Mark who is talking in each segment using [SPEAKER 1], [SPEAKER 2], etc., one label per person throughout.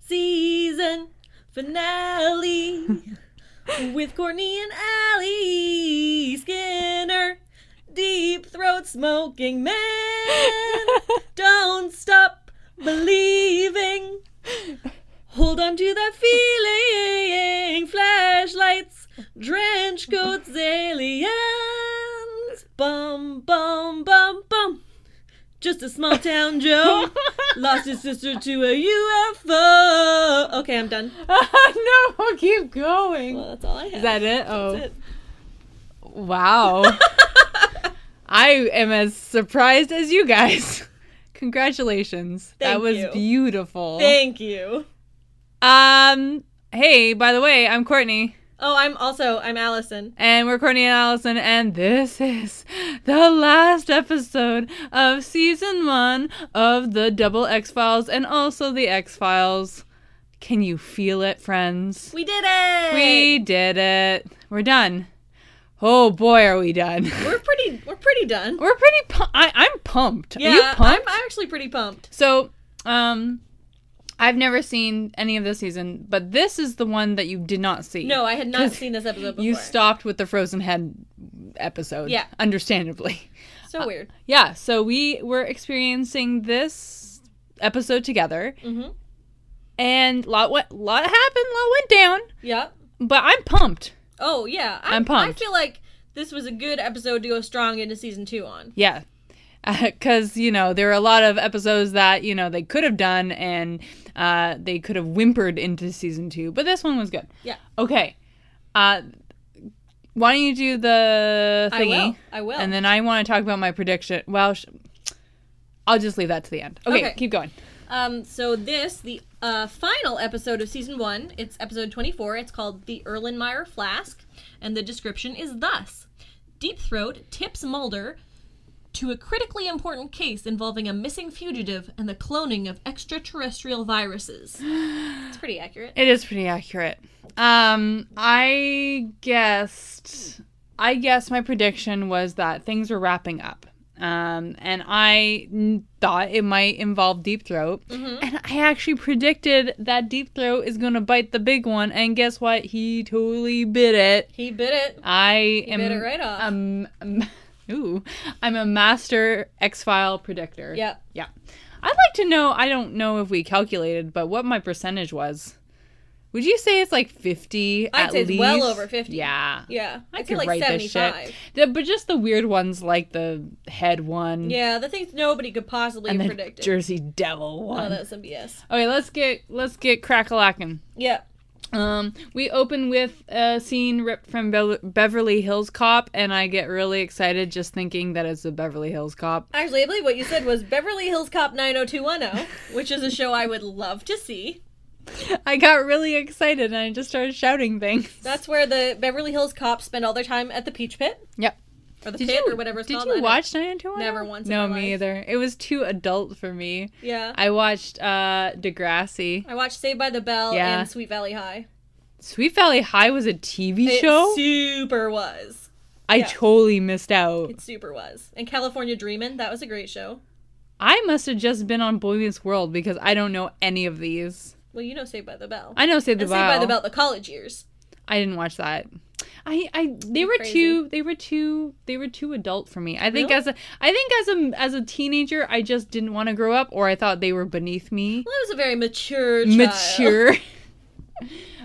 [SPEAKER 1] season finale with Courtney and Allie Skinner, deep throat smoking man. Don't stop believing. Hold on to that feeling. Flashlights, trench coats, aliens. Bum bum bum bum. Just a small town Joe lost his sister to a UFO. Okay, I'm done.
[SPEAKER 2] no, keep going.
[SPEAKER 1] Well, that's all I have.
[SPEAKER 2] Is that it? Oh,
[SPEAKER 1] That's it.
[SPEAKER 2] wow. I am as surprised as you guys. Congratulations. that
[SPEAKER 1] Thank
[SPEAKER 2] was
[SPEAKER 1] you.
[SPEAKER 2] beautiful.
[SPEAKER 1] Thank you.
[SPEAKER 2] um, hey, by the way, I'm Courtney,
[SPEAKER 1] Oh, I'm also I'm Allison.
[SPEAKER 2] and we're Courtney and Allison, and this is the last episode of season one of the Double X Files and also the X Files. Can you feel it, friends?
[SPEAKER 1] We did it.
[SPEAKER 2] We did it. We're done. Oh boy, are we done?
[SPEAKER 1] we're pretty we're pretty done.
[SPEAKER 2] We're pretty. Pu- I, I'm pumped.
[SPEAKER 1] yeah,
[SPEAKER 2] are you
[SPEAKER 1] I'm,
[SPEAKER 2] pumped?
[SPEAKER 1] I'm actually pretty pumped.
[SPEAKER 2] so, um, I've never seen any of this season, but this is the one that you did not see.
[SPEAKER 1] No, I had not seen this episode before.
[SPEAKER 2] you stopped with the frozen head episode.
[SPEAKER 1] Yeah.
[SPEAKER 2] understandably.
[SPEAKER 1] So weird.
[SPEAKER 2] Yeah. So we were experiencing this episode together,
[SPEAKER 1] Mhm.
[SPEAKER 2] and lot went, lot happened, lot went down.
[SPEAKER 1] Yeah.
[SPEAKER 2] But I'm pumped.
[SPEAKER 1] Oh yeah. I,
[SPEAKER 2] I'm pumped.
[SPEAKER 1] I feel like this was a good episode to go strong into season two on.
[SPEAKER 2] Yeah. Because, you know, there are a lot of episodes that, you know, they could have done and uh, they could have whimpered into season two, but this one was good.
[SPEAKER 1] Yeah.
[SPEAKER 2] Okay. Uh, why don't you do the
[SPEAKER 1] I
[SPEAKER 2] thingy?
[SPEAKER 1] will. I will.
[SPEAKER 2] And then I want to talk about my prediction. Well, sh- I'll just leave that to the end. Okay,
[SPEAKER 1] Okay.
[SPEAKER 2] keep going.
[SPEAKER 1] Um, so this, the uh, final episode of season one, it's episode 24. It's called The Erlenmeyer Flask, and the description is thus Deep Throat tips Mulder to a critically important case involving a missing fugitive and the cloning of extraterrestrial viruses. It's pretty accurate.
[SPEAKER 2] It is pretty accurate. Um, I guessed. I guess my prediction was that things were wrapping up. Um, and I n- thought it might involve Deep Throat.
[SPEAKER 1] Mm-hmm.
[SPEAKER 2] And I actually predicted that Deep Throat is going to bite the big one. And guess what? He totally bit it.
[SPEAKER 1] He bit it.
[SPEAKER 2] I am.
[SPEAKER 1] bit it right off.
[SPEAKER 2] Um, um, ooh. I'm a master X File predictor.
[SPEAKER 1] Yep.
[SPEAKER 2] Yeah. I'd like to know, I don't know if we calculated, but what my percentage was. Would you say it's like 50
[SPEAKER 1] I'd
[SPEAKER 2] at
[SPEAKER 1] say it's
[SPEAKER 2] least?
[SPEAKER 1] well over 50.
[SPEAKER 2] Yeah.
[SPEAKER 1] Yeah.
[SPEAKER 2] I
[SPEAKER 1] I'd say
[SPEAKER 2] could
[SPEAKER 1] like
[SPEAKER 2] write this
[SPEAKER 1] 75.
[SPEAKER 2] shit. The- but just the weird ones like the head one
[SPEAKER 1] Yeah, the things nobody could possibly
[SPEAKER 2] and
[SPEAKER 1] have
[SPEAKER 2] the
[SPEAKER 1] predicted.
[SPEAKER 2] Jersey Devil
[SPEAKER 1] oh,
[SPEAKER 2] one.
[SPEAKER 1] that's some BS.
[SPEAKER 2] okay, let's get let's get crackalacking.
[SPEAKER 1] Yeah.
[SPEAKER 2] Um, we open with a scene ripped from Be- Beverly Hills Cop, and I get really excited just thinking that it's a Beverly Hills Cop.
[SPEAKER 1] Actually, I believe what you said was Beverly Hills Cop 90210, which is a show I would love to see.
[SPEAKER 2] I got really excited and I just started shouting things.
[SPEAKER 1] That's where the Beverly Hills cops spend all their time at the Peach Pit
[SPEAKER 2] Yep.
[SPEAKER 1] or the pit or whatever it's
[SPEAKER 2] did
[SPEAKER 1] called. I
[SPEAKER 2] you
[SPEAKER 1] don't-
[SPEAKER 2] watch 90210?
[SPEAKER 1] Never once in
[SPEAKER 2] No,
[SPEAKER 1] my
[SPEAKER 2] me
[SPEAKER 1] life.
[SPEAKER 2] either. It was too adult for me.
[SPEAKER 1] Yeah. I,
[SPEAKER 2] I watched uh Degrassi.
[SPEAKER 1] watched Saved by the Bell
[SPEAKER 2] Yeah.
[SPEAKER 1] and Sweet Valley High.
[SPEAKER 2] Sweet Valley High was a TV
[SPEAKER 1] It
[SPEAKER 2] show.
[SPEAKER 1] super was.
[SPEAKER 2] I
[SPEAKER 1] yeah.
[SPEAKER 2] totally missed out.
[SPEAKER 1] It super was. And California Dreamin', that was a great show.
[SPEAKER 2] I must have just been on Boy Meets World because I don't know any of these.
[SPEAKER 1] Well, you know Saved by the Bell.
[SPEAKER 2] I know Save the
[SPEAKER 1] and Saved
[SPEAKER 2] Bell.
[SPEAKER 1] by the Bell, the college years.
[SPEAKER 2] I didn't watch that. I, I they were
[SPEAKER 1] crazy.
[SPEAKER 2] too they were too they were too adult for me. I think
[SPEAKER 1] Really?
[SPEAKER 2] as a I think as a as a teenager I just didn't want to grow up or I thought they were beneath me.
[SPEAKER 1] Well, I was a very mature child.
[SPEAKER 2] mature.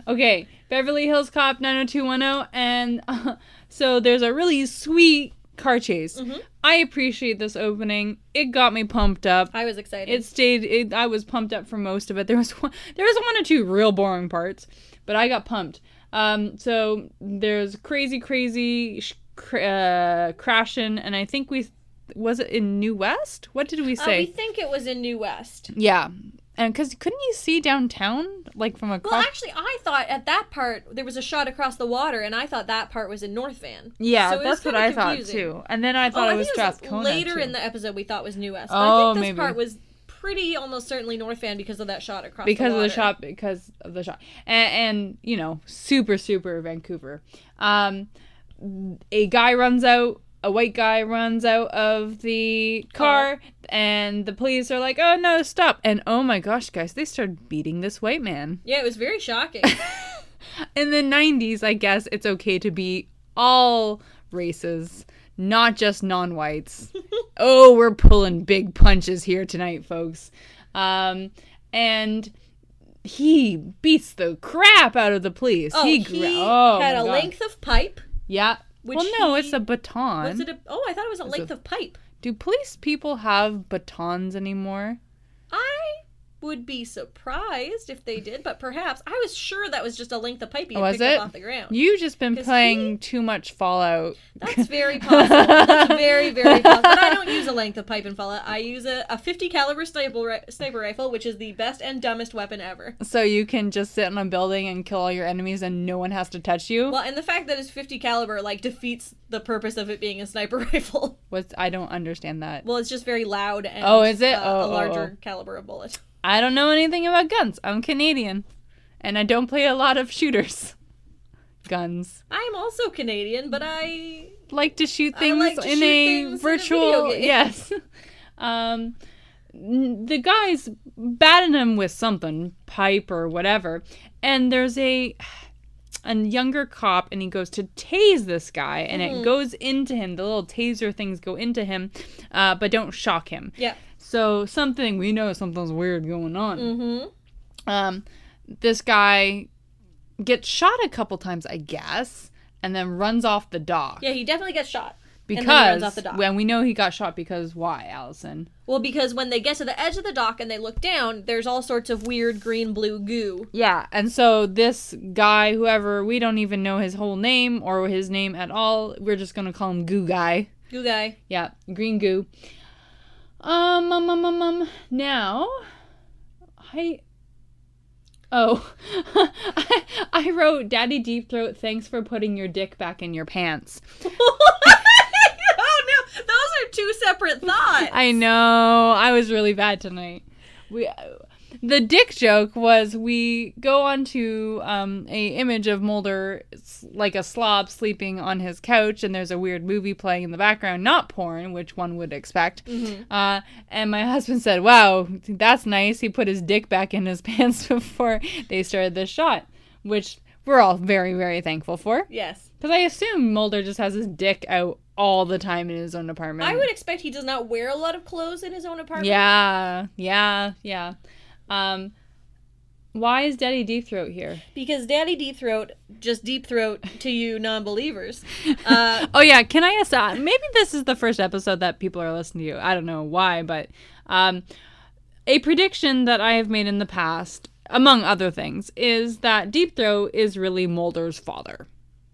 [SPEAKER 2] okay, Beverly Hills Cop 90210, and uh, so there's a really sweet car chase.
[SPEAKER 1] Mm-hmm.
[SPEAKER 2] I appreciate this opening. It got me pumped up.
[SPEAKER 1] I was excited.
[SPEAKER 2] It stayed. It, I was pumped up for most of it. There was one, there was one or two real boring parts, but I got pumped. Um, so there's crazy, crazy sh- cr- uh, crashing, and I think we was it in New West. What did we
[SPEAKER 1] Uh,
[SPEAKER 2] say?
[SPEAKER 1] we think it was in New West.
[SPEAKER 2] Yeah. and because couldn't you see downtown like from across?
[SPEAKER 1] Well, actually, I thought at that part there was a shot across the water, and I thought that part was in North Van.
[SPEAKER 2] yeah,
[SPEAKER 1] So it was
[SPEAKER 2] that's what
[SPEAKER 1] kinda
[SPEAKER 2] I thought
[SPEAKER 1] confusing.
[SPEAKER 2] too. And then I
[SPEAKER 1] Oh,
[SPEAKER 2] thought
[SPEAKER 1] I
[SPEAKER 2] it was
[SPEAKER 1] think
[SPEAKER 2] just Kona
[SPEAKER 1] later
[SPEAKER 2] too.
[SPEAKER 1] in the episode we thought was New West. But I
[SPEAKER 2] Oh,
[SPEAKER 1] think this
[SPEAKER 2] maybe.
[SPEAKER 1] part was pretty almost certainly North Van because of that shot across
[SPEAKER 2] because
[SPEAKER 1] the
[SPEAKER 2] of
[SPEAKER 1] water.
[SPEAKER 2] the shop because of the shop and, and you know super super vancouver um a guy runs out a white guy runs out of the car and the police are like oh no stop and oh my gosh guys they started beating this white man
[SPEAKER 1] Yeah, it was very shocking.
[SPEAKER 2] in the 90s i guess it's okay to be all races not just non-whites oh we're pulling big punches here tonight folks um and he beats the crap out of the police
[SPEAKER 1] Oh, he,
[SPEAKER 2] gra- oh
[SPEAKER 1] had
[SPEAKER 2] my
[SPEAKER 1] a
[SPEAKER 2] God.
[SPEAKER 1] length of pipe.
[SPEAKER 2] yeah
[SPEAKER 1] which
[SPEAKER 2] well no
[SPEAKER 1] he-
[SPEAKER 2] it's a baton
[SPEAKER 1] Was it a, oh, I thought it was a length of pipe.
[SPEAKER 2] do police people have batons anymore
[SPEAKER 1] Oh, I would be surprised if they did, but perhaps I was sure that was just a length of pipe he had
[SPEAKER 2] was
[SPEAKER 1] picked
[SPEAKER 2] it
[SPEAKER 1] up off the ground.
[SPEAKER 2] you've just been
[SPEAKER 1] 'Cause
[SPEAKER 2] playing
[SPEAKER 1] he-
[SPEAKER 2] too much fallout
[SPEAKER 1] That's very possible. That's very, very possible. But I don't use a length of pipe and Fallout. I use a, a 50 caliber sniper, ri- sniper rifle, which is the best and dumbest weapon ever.
[SPEAKER 2] so you can just sit in a building and kill all your enemies and no one has to touch you
[SPEAKER 1] Well, and the fact that it's 50 caliber like defeats the purpose of it being a sniper rifle.
[SPEAKER 2] What's I don't understand that.
[SPEAKER 1] Well, it's just very loud and
[SPEAKER 2] Oh, is it?
[SPEAKER 1] uh,
[SPEAKER 2] Oh,
[SPEAKER 1] a
[SPEAKER 2] oh,
[SPEAKER 1] larger caliber of bullet.
[SPEAKER 2] I don't know anything about guns. I'm Canadian, and I don't play a lot of shooters. Guns
[SPEAKER 1] I'm also Canadian, but I
[SPEAKER 2] like to shoot
[SPEAKER 1] I
[SPEAKER 2] things
[SPEAKER 1] like to
[SPEAKER 2] in
[SPEAKER 1] shoot
[SPEAKER 2] a
[SPEAKER 1] things in a
[SPEAKER 2] virtual.
[SPEAKER 1] video game.
[SPEAKER 2] yes. um, n- the guys batting him with something, pipe or whatever, and there's a a younger cop, and he goes to tase this guy, and
[SPEAKER 1] Mm-hmm.
[SPEAKER 2] it goes into him. The little taser things go into him, uh, but don't shock him.
[SPEAKER 1] yeah.
[SPEAKER 2] So something we know something's weird going on.
[SPEAKER 1] Mm-hmm.
[SPEAKER 2] Um, this guy gets shot a couple times, I guess, and then runs off the dock
[SPEAKER 1] Yeah, he definitely gets shot.
[SPEAKER 2] because
[SPEAKER 1] and then he runs off the dock.
[SPEAKER 2] when we know he got shot because why, Allison?
[SPEAKER 1] Well, because when they get to the edge of the dock and they look down, there's all sorts of weird green blue goo.
[SPEAKER 2] Yeah, and so this guy, whoever we don't even know his whole name or his name at all, we're just gonna call him Goo Guy.
[SPEAKER 1] Goo guy.
[SPEAKER 2] Yeah, green goo. Um, um, um, um, um. Now, I. Oh, I, I wrote, "Daddy Deep Throat, thanks for putting your dick back in your pants."
[SPEAKER 1] oh no, those are two separate thoughts.
[SPEAKER 2] I know I was really bad tonight. We, the dick joke was we go onto um a image of Mulder s- like a slob sleeping on his couch, and there's a weird movie playing in the background, not porn, which one would expect.
[SPEAKER 1] Mm-hmm.
[SPEAKER 2] Uh, and my husband said, "Wow, that's nice." He put his dick back in his pants before they started this shot, which we're all very very thankful for
[SPEAKER 1] yes.
[SPEAKER 2] because I assume Mulder just has his dick out all the time in his own apartment.
[SPEAKER 1] I would expect he does not wear a lot of clothes in his own apartment.
[SPEAKER 2] Yeah, yeah, yeah. Um, why is Daddy Deep Throat here?
[SPEAKER 1] Because Daddy Deep Throat, just Deep Throat to you non believers. Uh,
[SPEAKER 2] Oh yeah, can I ask? Uh, maybe this is the first episode that people are listening to. I don't know why, but um, a prediction that I have made in the past, among other things, is that Deep Throat is really Mulder's father,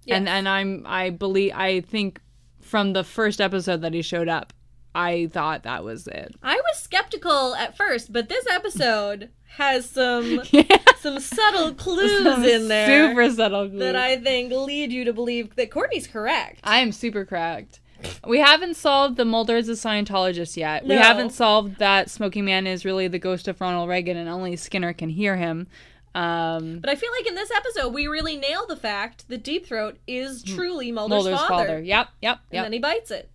[SPEAKER 2] and and I'm I believe I think from the first episode that he showed up, I thought that was it.
[SPEAKER 1] I was skeptical at first, but this episode has some some subtle clues in there
[SPEAKER 2] Super subtle. Glue.
[SPEAKER 1] that I think lead you to believe that Courtney's correct.
[SPEAKER 2] I am super cracked. We haven't solved the Mulder is a Scientologist yet. We
[SPEAKER 1] No.
[SPEAKER 2] haven't solved that Smoking Man is really the ghost of Ronald Reagan and only Skinner can hear him. Um,
[SPEAKER 1] but I feel like in this episode, we really nail the fact that Deep Throat is truly Hmm. Mulder's,
[SPEAKER 2] Mulder's father.
[SPEAKER 1] father.
[SPEAKER 2] Yep, yep,
[SPEAKER 1] And
[SPEAKER 2] yep.
[SPEAKER 1] then he bites it.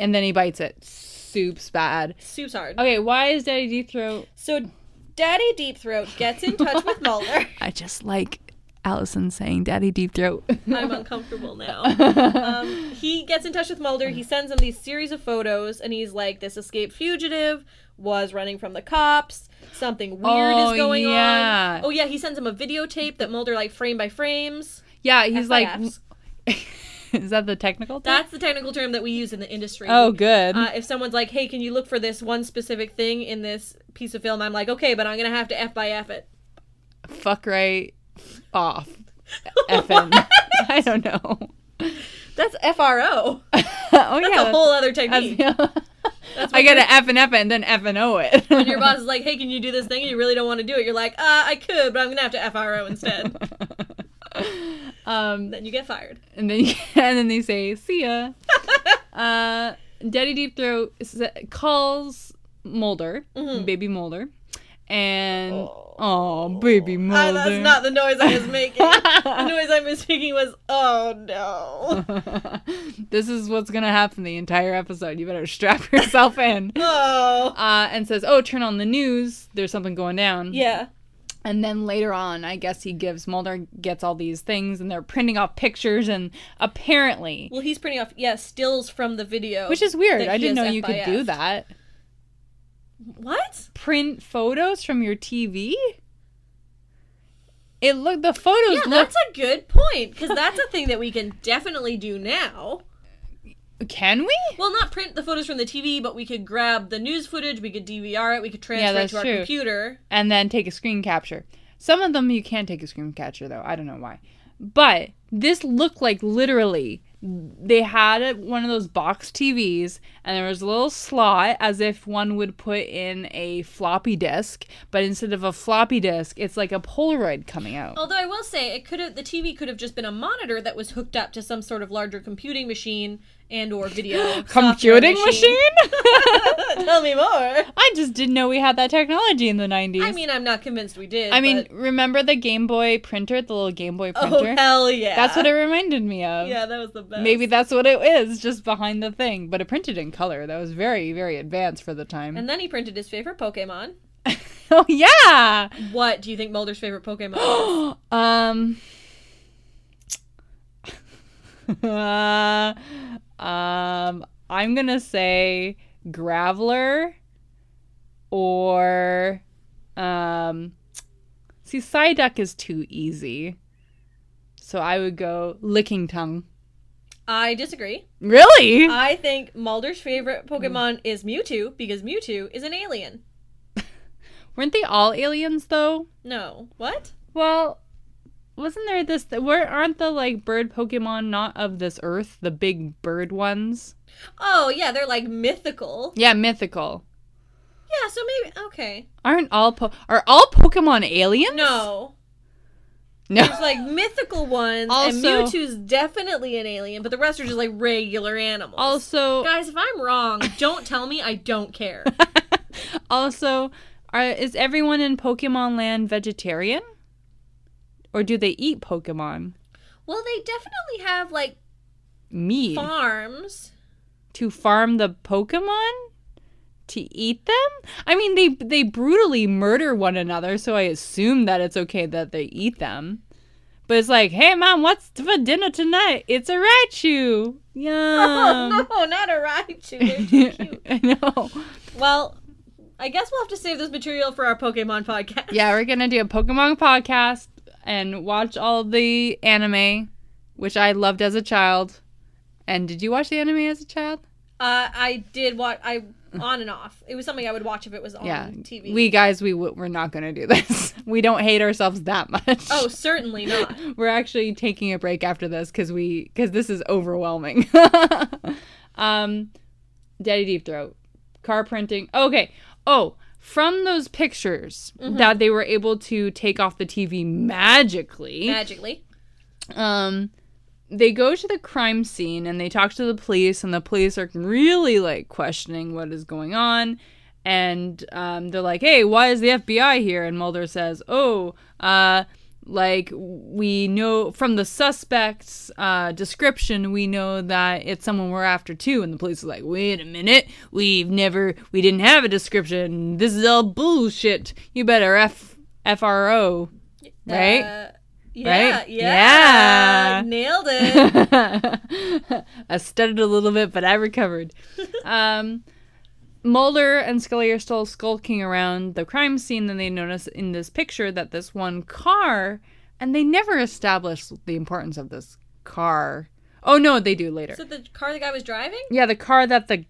[SPEAKER 2] and then he bites it. Soup's bad.
[SPEAKER 1] Soup's hard.
[SPEAKER 2] Okay, why is Daddy Deep Throat?
[SPEAKER 1] So Daddy Deep Throat gets in touch with Mulder.
[SPEAKER 2] I just like Allison saying Daddy Deep Throat.
[SPEAKER 1] I'm uncomfortable now. Um, he gets in touch with Mulder. He sends him these series of photos, and he's like, "This escaped fugitive was running from the cops. Something weird
[SPEAKER 2] Oh,
[SPEAKER 1] is going
[SPEAKER 2] yeah.
[SPEAKER 1] on." Oh yeah, he sends him a videotape that Mulder like frame by frames.
[SPEAKER 2] yeah, he's like,
[SPEAKER 1] FIFs.
[SPEAKER 2] is that the technical? Term?
[SPEAKER 1] that's the technical term that we use in the industry.
[SPEAKER 2] Oh, good.
[SPEAKER 1] Uh, if someone's like, "Hey, can you look for this one specific thing in this piece of film?" I'm like, "Okay, but I'm gonna have to f by f it."
[SPEAKER 2] Fuck right off. FN. I don't know.
[SPEAKER 1] That's fro.
[SPEAKER 2] oh
[SPEAKER 1] That's
[SPEAKER 2] yeah.
[SPEAKER 1] a whole other technique.
[SPEAKER 2] That's- I get an F and F and then F and O it.
[SPEAKER 1] And your boss is like, hey, can you do this thing? And you really don't want to do it. You're like, uh, I could, but I'm going to have to FRO instead.
[SPEAKER 2] um,
[SPEAKER 1] then you get fired.
[SPEAKER 2] and then and then they say see ya. uh, Daddy Deep Throat s- calls Mulder,
[SPEAKER 1] Mm-hmm.
[SPEAKER 2] baby Mulder, and oh, baby Mulder.
[SPEAKER 1] Ah, that's not the noise I was making. the noise I was making was, oh no.
[SPEAKER 2] this is what's gonna happen the entire episode. You better strap yourself in.
[SPEAKER 1] Oh.
[SPEAKER 2] Uh, and says, "Oh, turn on the news. There's something going down."
[SPEAKER 1] Yeah.
[SPEAKER 2] And then later on, I guess he gives Mulder gets all these things, and they're printing off pictures, and apparently,
[SPEAKER 1] Well, he's printing off, yeah, stills from the video.
[SPEAKER 2] which is weird.
[SPEAKER 1] That
[SPEAKER 2] I
[SPEAKER 1] he
[SPEAKER 2] didn't
[SPEAKER 1] is
[SPEAKER 2] know you could
[SPEAKER 1] FIF.
[SPEAKER 2] do that.
[SPEAKER 1] What?
[SPEAKER 2] Print photos from your TV. It looked the photos looked
[SPEAKER 1] Yeah, that's a good point because that's a thing that we can definitely do now.
[SPEAKER 2] Can we?
[SPEAKER 1] Well, not print the photos from the TV, but we could grab the news footage, we could DVR it, we could transfer it
[SPEAKER 2] that's
[SPEAKER 1] to our
[SPEAKER 2] true.
[SPEAKER 1] computer.
[SPEAKER 2] And then take a screen capture. Some of them you can take a screen capture though. I don't know why. But this looked like literally they had a- one of those box TVs and there was a little slot as if one would put in a floppy disk, but instead of a floppy disk, it's like a Polaroid coming out.
[SPEAKER 1] Although I will say, it could have the TV could have just been a monitor that was hooked up to some sort of larger computing machine and or video software
[SPEAKER 2] Computing machine?
[SPEAKER 1] Tell me more.
[SPEAKER 2] I just didn't know we had that technology in the 90s.
[SPEAKER 1] I mean, I'm not convinced we did.
[SPEAKER 2] I mean,
[SPEAKER 1] but-
[SPEAKER 2] remember the Game Boy printer, the little Game Boy
[SPEAKER 1] oh
[SPEAKER 2] printer?
[SPEAKER 1] hell yeah,
[SPEAKER 2] That's what it reminded me of.
[SPEAKER 1] Yeah, that was the best.
[SPEAKER 2] Maybe that's what it is, just behind the thing. But it printed in color. That was very, very advanced for the time.
[SPEAKER 1] And then he printed his favorite Pokemon.
[SPEAKER 2] oh yeah.
[SPEAKER 1] What do you think Mulder's favorite Pokemon? is?
[SPEAKER 2] Um. uh, um. I'm gonna say Graveler, or um. See, Psyduck is too easy, so I would go Licking Tongue.
[SPEAKER 1] I disagree.
[SPEAKER 2] Really?
[SPEAKER 1] I think Mulder's favorite Pokemon is Mewtwo because Mewtwo is an alien.
[SPEAKER 2] Weren't they all aliens though?
[SPEAKER 1] No, what?
[SPEAKER 2] Well, wasn't there this? Where aren't the like bird Pokemon not of this earth? The big bird ones.
[SPEAKER 1] Oh yeah, they're like mythical.
[SPEAKER 2] Yeah, mythical.
[SPEAKER 1] Yeah, so maybe okay.
[SPEAKER 2] Aren't all po- are all Pokemon aliens?
[SPEAKER 1] No,
[SPEAKER 2] no.
[SPEAKER 1] there's like mythical ones, and
[SPEAKER 2] Also-
[SPEAKER 1] Mewtwo's definitely an alien, but the rest are just like regular animals.
[SPEAKER 2] Also,
[SPEAKER 1] guys, if I'm wrong, don't tell me. I don't care.
[SPEAKER 2] also, are, is everyone in Pokemon Land vegetarian, or do they eat Pokemon
[SPEAKER 1] well, they definitely have like
[SPEAKER 2] meat
[SPEAKER 1] farms.
[SPEAKER 2] to farm the Pokemon? To eat them? I mean, they they brutally murder one another, so I assume that it's okay that they eat them. But it's like, hey, mom, what's for dinner tonight? It's a Raichu. Yum. Um,
[SPEAKER 1] oh no, not a Raichu. They're too cute.
[SPEAKER 2] I know.
[SPEAKER 1] well, I guess we'll have to save this material for our Pokemon podcast.
[SPEAKER 2] Yeah, we're gonna do a Pokemon podcast and watch all the anime, which I loved as a child. And did you watch the anime as a child?
[SPEAKER 1] Uh, I did watch. I on and off. It was something I would watch if it was on
[SPEAKER 2] yeah.
[SPEAKER 1] TV.
[SPEAKER 2] We guys, we w- we're not gonna do this. We don't hate ourselves that much.
[SPEAKER 1] oh, certainly not.
[SPEAKER 2] we're actually taking a break after this because we because this is overwhelming. um, Daddy Deep Throat, car printing. Okay. Oh, from those pictures that they were able to take off the TV magically.
[SPEAKER 1] Magically,
[SPEAKER 2] um they go to the crime scene and they talk to the police and the police are really like questioning what is going on and um, they're like hey why is the fbi here and mulder says oh uh like we know from the suspect's uh, description we know that it's someone we're after too and the police is like wait a minute we've never we didn't have a description this is all bullshit you better f fro right
[SPEAKER 1] Uh, yeah,
[SPEAKER 2] Right?
[SPEAKER 1] yeah,
[SPEAKER 2] Yeah.
[SPEAKER 1] nailed it.
[SPEAKER 2] I stuttered a little bit, but I recovered. Um, Mulder and Scully are still skulking around the crime scene, and they notice in this picture that this one car, and they never establish the importance of this car. Oh no, they do later.
[SPEAKER 1] so the car the guy was driving.
[SPEAKER 2] yeah, the car that the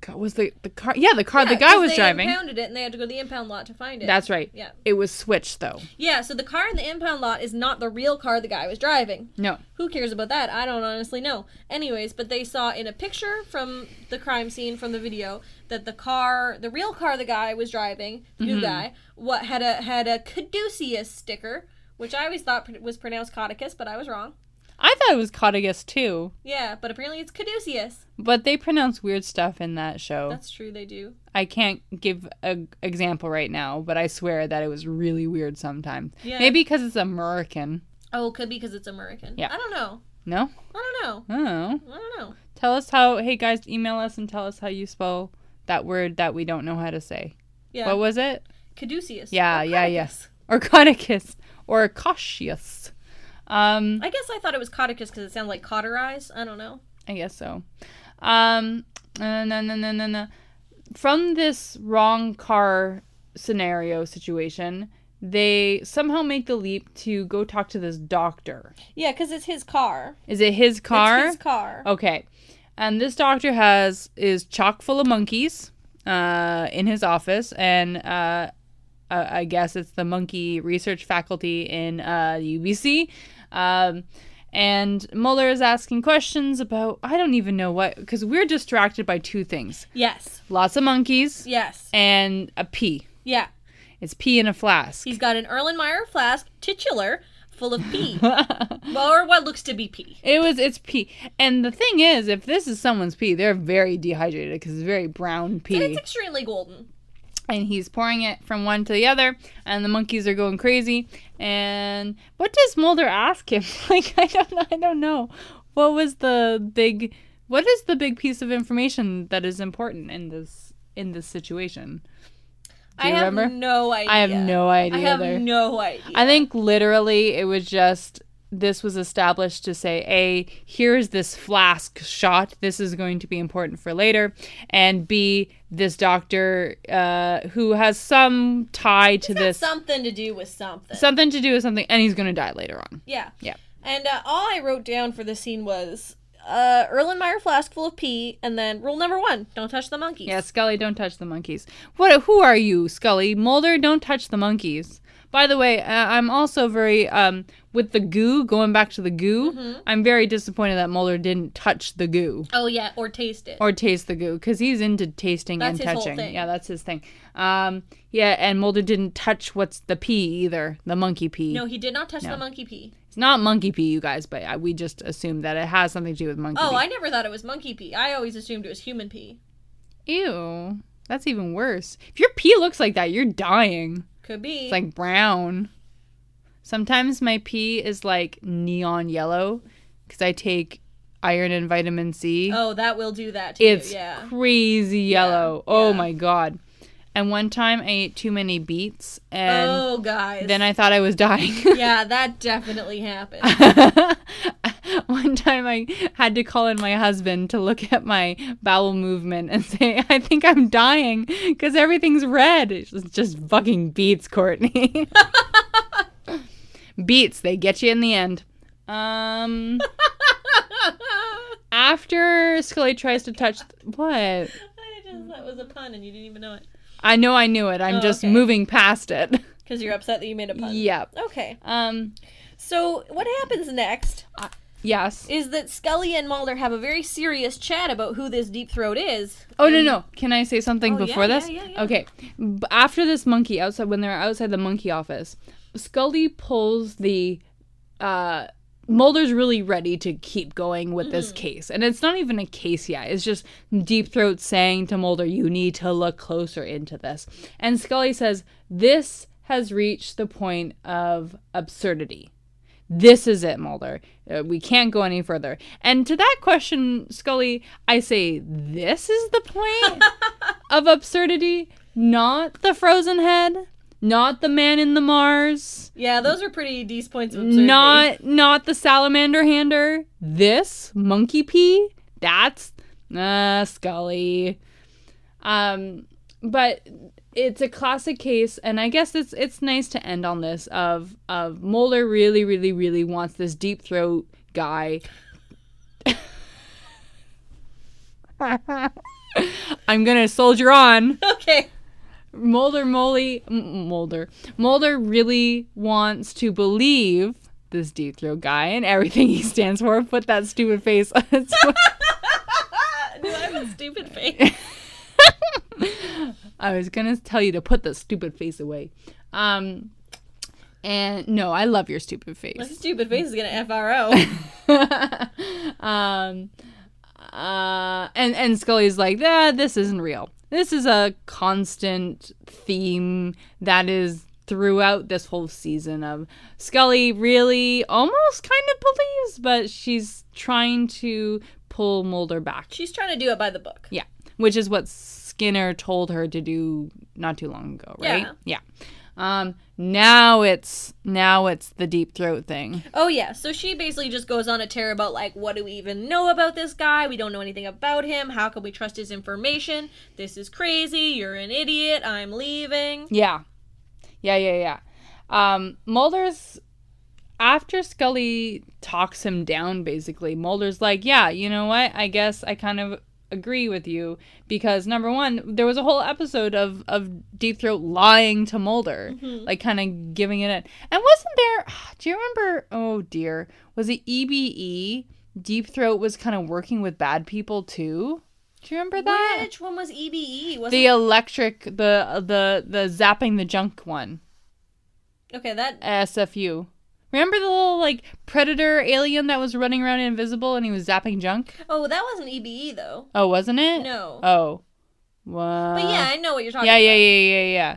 [SPEAKER 2] God, was the the car? Yeah, the car the
[SPEAKER 1] Yeah,
[SPEAKER 2] guy
[SPEAKER 1] 'cause
[SPEAKER 2] was
[SPEAKER 1] they
[SPEAKER 2] driving.
[SPEAKER 1] impounded it, and they had to go to the impound lot to find it.
[SPEAKER 2] That's right.
[SPEAKER 1] Yeah.
[SPEAKER 2] It was switched though.
[SPEAKER 1] Yeah, so the car in the impound lot is not the real car the guy was driving.
[SPEAKER 2] No.
[SPEAKER 1] Who cares about that? I don't honestly know. Anyways, but they saw in a picture from the crime scene from the video that the car, the real car the guy was driving, the
[SPEAKER 2] Mm-hmm.
[SPEAKER 1] new guy, what had a had a caduceus sticker, which I always thought pr- was pronounced Codicus, but I was wrong.
[SPEAKER 2] I thought it was Cottigus too,
[SPEAKER 1] Yeah, but apparently it's caduceus.
[SPEAKER 2] but they pronounce weird stuff in that show.
[SPEAKER 1] That's true, they do.
[SPEAKER 2] I can't give an example right now, but I swear that it was really weird sometimes.
[SPEAKER 1] Yeah.
[SPEAKER 2] Maybe because it's American.
[SPEAKER 1] Oh, could be because it's American.
[SPEAKER 2] Yeah.
[SPEAKER 1] I don't know.
[SPEAKER 2] No?
[SPEAKER 1] I don't know.
[SPEAKER 2] Oh.
[SPEAKER 1] I don't know.
[SPEAKER 2] Tell us how, hey guys, email us and tell us how you spell that word that we don't know how to say.
[SPEAKER 1] Yeah.
[SPEAKER 2] What was it?
[SPEAKER 1] caduceus.
[SPEAKER 2] Yeah,
[SPEAKER 1] or
[SPEAKER 2] yeah,
[SPEAKER 1] Codicus.
[SPEAKER 2] yes. Orconicus or cautious. Um,
[SPEAKER 1] I guess I thought it was Codicus because it sounded like cauterize. I don't know.
[SPEAKER 2] I guess so. Um, no, no, no, no, no, no. From this wrong car scenario situation, they somehow make the leap to go talk to this doctor.
[SPEAKER 1] Yeah, because it's his car.
[SPEAKER 2] Is it his car?
[SPEAKER 1] It's his car.
[SPEAKER 2] Okay. And this doctor has is chock full of monkeys uh, in his office, and uh, uh, I guess it's the monkey research faculty in uh, UBC. Um, and Mueller is asking questions about I don't even know what because we're distracted by two things:
[SPEAKER 1] Yes.
[SPEAKER 2] lots of monkeys
[SPEAKER 1] Yes.
[SPEAKER 2] and a pee.
[SPEAKER 1] Yeah.
[SPEAKER 2] It's pee in a flask.
[SPEAKER 1] He's got an Erlenmeyer flask, titular, full of pee. or what looks to be pee.
[SPEAKER 2] It was it's pee, and the thing is, if this is someone's pee, they're very dehydrated because it's very brown pee.
[SPEAKER 1] And it's extremely golden.
[SPEAKER 2] and he's pouring it from one to the other and the monkeys are going crazy and what does Mulder ask him like I don't I don't know what was the big what is the big piece of information that is important in this in this situation
[SPEAKER 1] I
[SPEAKER 2] you
[SPEAKER 1] have
[SPEAKER 2] remember?
[SPEAKER 1] no idea.
[SPEAKER 2] I have no
[SPEAKER 1] I
[SPEAKER 2] idea
[SPEAKER 1] have
[SPEAKER 2] there.
[SPEAKER 1] no idea.
[SPEAKER 2] I think literally it was just this was established to say, A, here's this flask shot. This is going to be important for later. And B, this doctor uh, who has some tie to
[SPEAKER 1] It's got
[SPEAKER 2] this,
[SPEAKER 1] something to do with something.
[SPEAKER 2] something to do with something, and he's going to die later on.
[SPEAKER 1] yeah.
[SPEAKER 2] Yeah.
[SPEAKER 1] And uh, all I wrote down for this scene was uh, Erlenmeyer flask full of pee, and then rule number one don't touch the monkeys.
[SPEAKER 2] Yeah, Scully, don't touch the monkeys. What? Who are you, Scully? Mulder, don't touch the monkeys. By the way, uh, I'm also very um, with the goo. Going back to the goo,
[SPEAKER 1] Mm-hmm.
[SPEAKER 2] I'm very disappointed that Mulder didn't touch the goo.
[SPEAKER 1] Oh, yeah, or taste it.
[SPEAKER 2] or taste the goo because he's into tasting and
[SPEAKER 1] That's his whole
[SPEAKER 2] touching.
[SPEAKER 1] thing.
[SPEAKER 2] Yeah, that's his thing. Um, yeah, and Mulder didn't touch what's the pee either, the monkey pee.
[SPEAKER 1] no, he did not touch the monkey pee.
[SPEAKER 2] It's not monkey pee, you guys, but I, we just assumed that it has something to do with monkey.
[SPEAKER 1] Oh,
[SPEAKER 2] pee.
[SPEAKER 1] I never thought it was monkey pee. I always assumed it was human pee.
[SPEAKER 2] ew, that's even worse. If your pee looks like that, you're dying.
[SPEAKER 1] Could be.
[SPEAKER 2] It's like brown. Sometimes my pee is like neon yellow because I take iron and vitamin C.
[SPEAKER 1] oh, that will do that to
[SPEAKER 2] It's
[SPEAKER 1] you. Yeah.
[SPEAKER 2] crazy yellow. Oh my god. And one time I ate too many beets and
[SPEAKER 1] oh, guys.
[SPEAKER 2] then I thought I was dying.
[SPEAKER 1] yeah, that definitely happened.
[SPEAKER 2] one time I had to call in my husband to look at my bowel movement and say, I think I'm dying because everything's red. It's just fucking beets, Courtney. beets, they get you in the end. Um. After Scully tries to touch, what?
[SPEAKER 1] I just, that was a pun and you didn't even know it.
[SPEAKER 2] I know I knew it. I'm
[SPEAKER 1] Oh,
[SPEAKER 2] just
[SPEAKER 1] okay.
[SPEAKER 2] moving past it.
[SPEAKER 1] Because you're upset that you made a pun.
[SPEAKER 2] yep.
[SPEAKER 1] Okay.
[SPEAKER 2] Um.
[SPEAKER 1] So, what happens next
[SPEAKER 2] Yes.
[SPEAKER 1] is that Scully and Mulder have a very serious chat about who this deep throat is.
[SPEAKER 2] Oh no no! Can I say something
[SPEAKER 1] Oh, yeah,
[SPEAKER 2] before this?
[SPEAKER 1] yeah, yeah, yeah.
[SPEAKER 2] Okay. B- after this monkey outside, when they're outside the monkey office, Scully pulls the. Uh, Mulder's really ready to keep going with
[SPEAKER 1] Mm-hmm.
[SPEAKER 2] this case, and it's not even a case yet. It's just Deep Throat saying to Mulder, "You need to look closer into this," and Scully says, "This has reached the point of absurdity." this is it, Mulder. Uh, we can't go any further. And to that question, Scully, I say this is the point of absurdity, not the frozen head, not the man in the Mars,
[SPEAKER 1] Yeah, those are pretty decent points of absurdity.
[SPEAKER 2] not not the salamander hander. This monkey pee. That's uh, Scully. Um, but it's a classic case, and I guess it's it's nice to end on this. Of of Mulder really, really, really wants this deep throat guy. I'm gonna soldier on.
[SPEAKER 1] Okay.
[SPEAKER 2] Mulder Molly M- Mulder Mulder really wants to believe this deep throat guy and everything he stands for. Put that stupid face. on.
[SPEAKER 1] Do I have a stupid face?
[SPEAKER 2] I was gonna tell you to put the stupid face away. Um, and no, I love your stupid
[SPEAKER 1] My
[SPEAKER 2] face.
[SPEAKER 1] stupid face is gonna FRO.
[SPEAKER 2] um, uh, and and Scully's like, ah, this isn't real. This is a constant theme that is throughout this whole season of Scully really almost kind of believes, but she's trying to pull Mulder back.
[SPEAKER 1] She's trying to do it by the book.
[SPEAKER 2] Yeah, which is what Skinner told her to do not too long ago, right? Yeah. Um, now it's now it's the deep throat thing.
[SPEAKER 1] Oh yeah, so she basically just goes on a tear about like, what do we even know about this guy? We don't know anything about him. How can we trust his information? This is crazy. You're an idiot. I'm leaving.
[SPEAKER 2] Yeah. Yeah, yeah, yeah. Um, Mulder's after Scully talks him down basically, Mulder's like, Yeah, you know what? I guess I kind of agree with you because number one, there was a whole episode of, of Deep Throat lying to Mulder. Like kind of giving it in. And wasn't there do you remember oh dear, was it EBE? Deep Throat was kind of working with bad people too. Do you remember that?
[SPEAKER 1] Which one was EBE? Was
[SPEAKER 2] the electric the the the zapping the junk one
[SPEAKER 1] okay that
[SPEAKER 2] sfu remember the little like predator alien that was running around invisible and he was zapping junk
[SPEAKER 1] oh that wasn't EBE though.
[SPEAKER 2] oh wasn't it
[SPEAKER 1] No.
[SPEAKER 2] oh wow
[SPEAKER 1] But yeah, I know what you're talking
[SPEAKER 2] yeah
[SPEAKER 1] about.
[SPEAKER 2] yeah yeah yeah yeah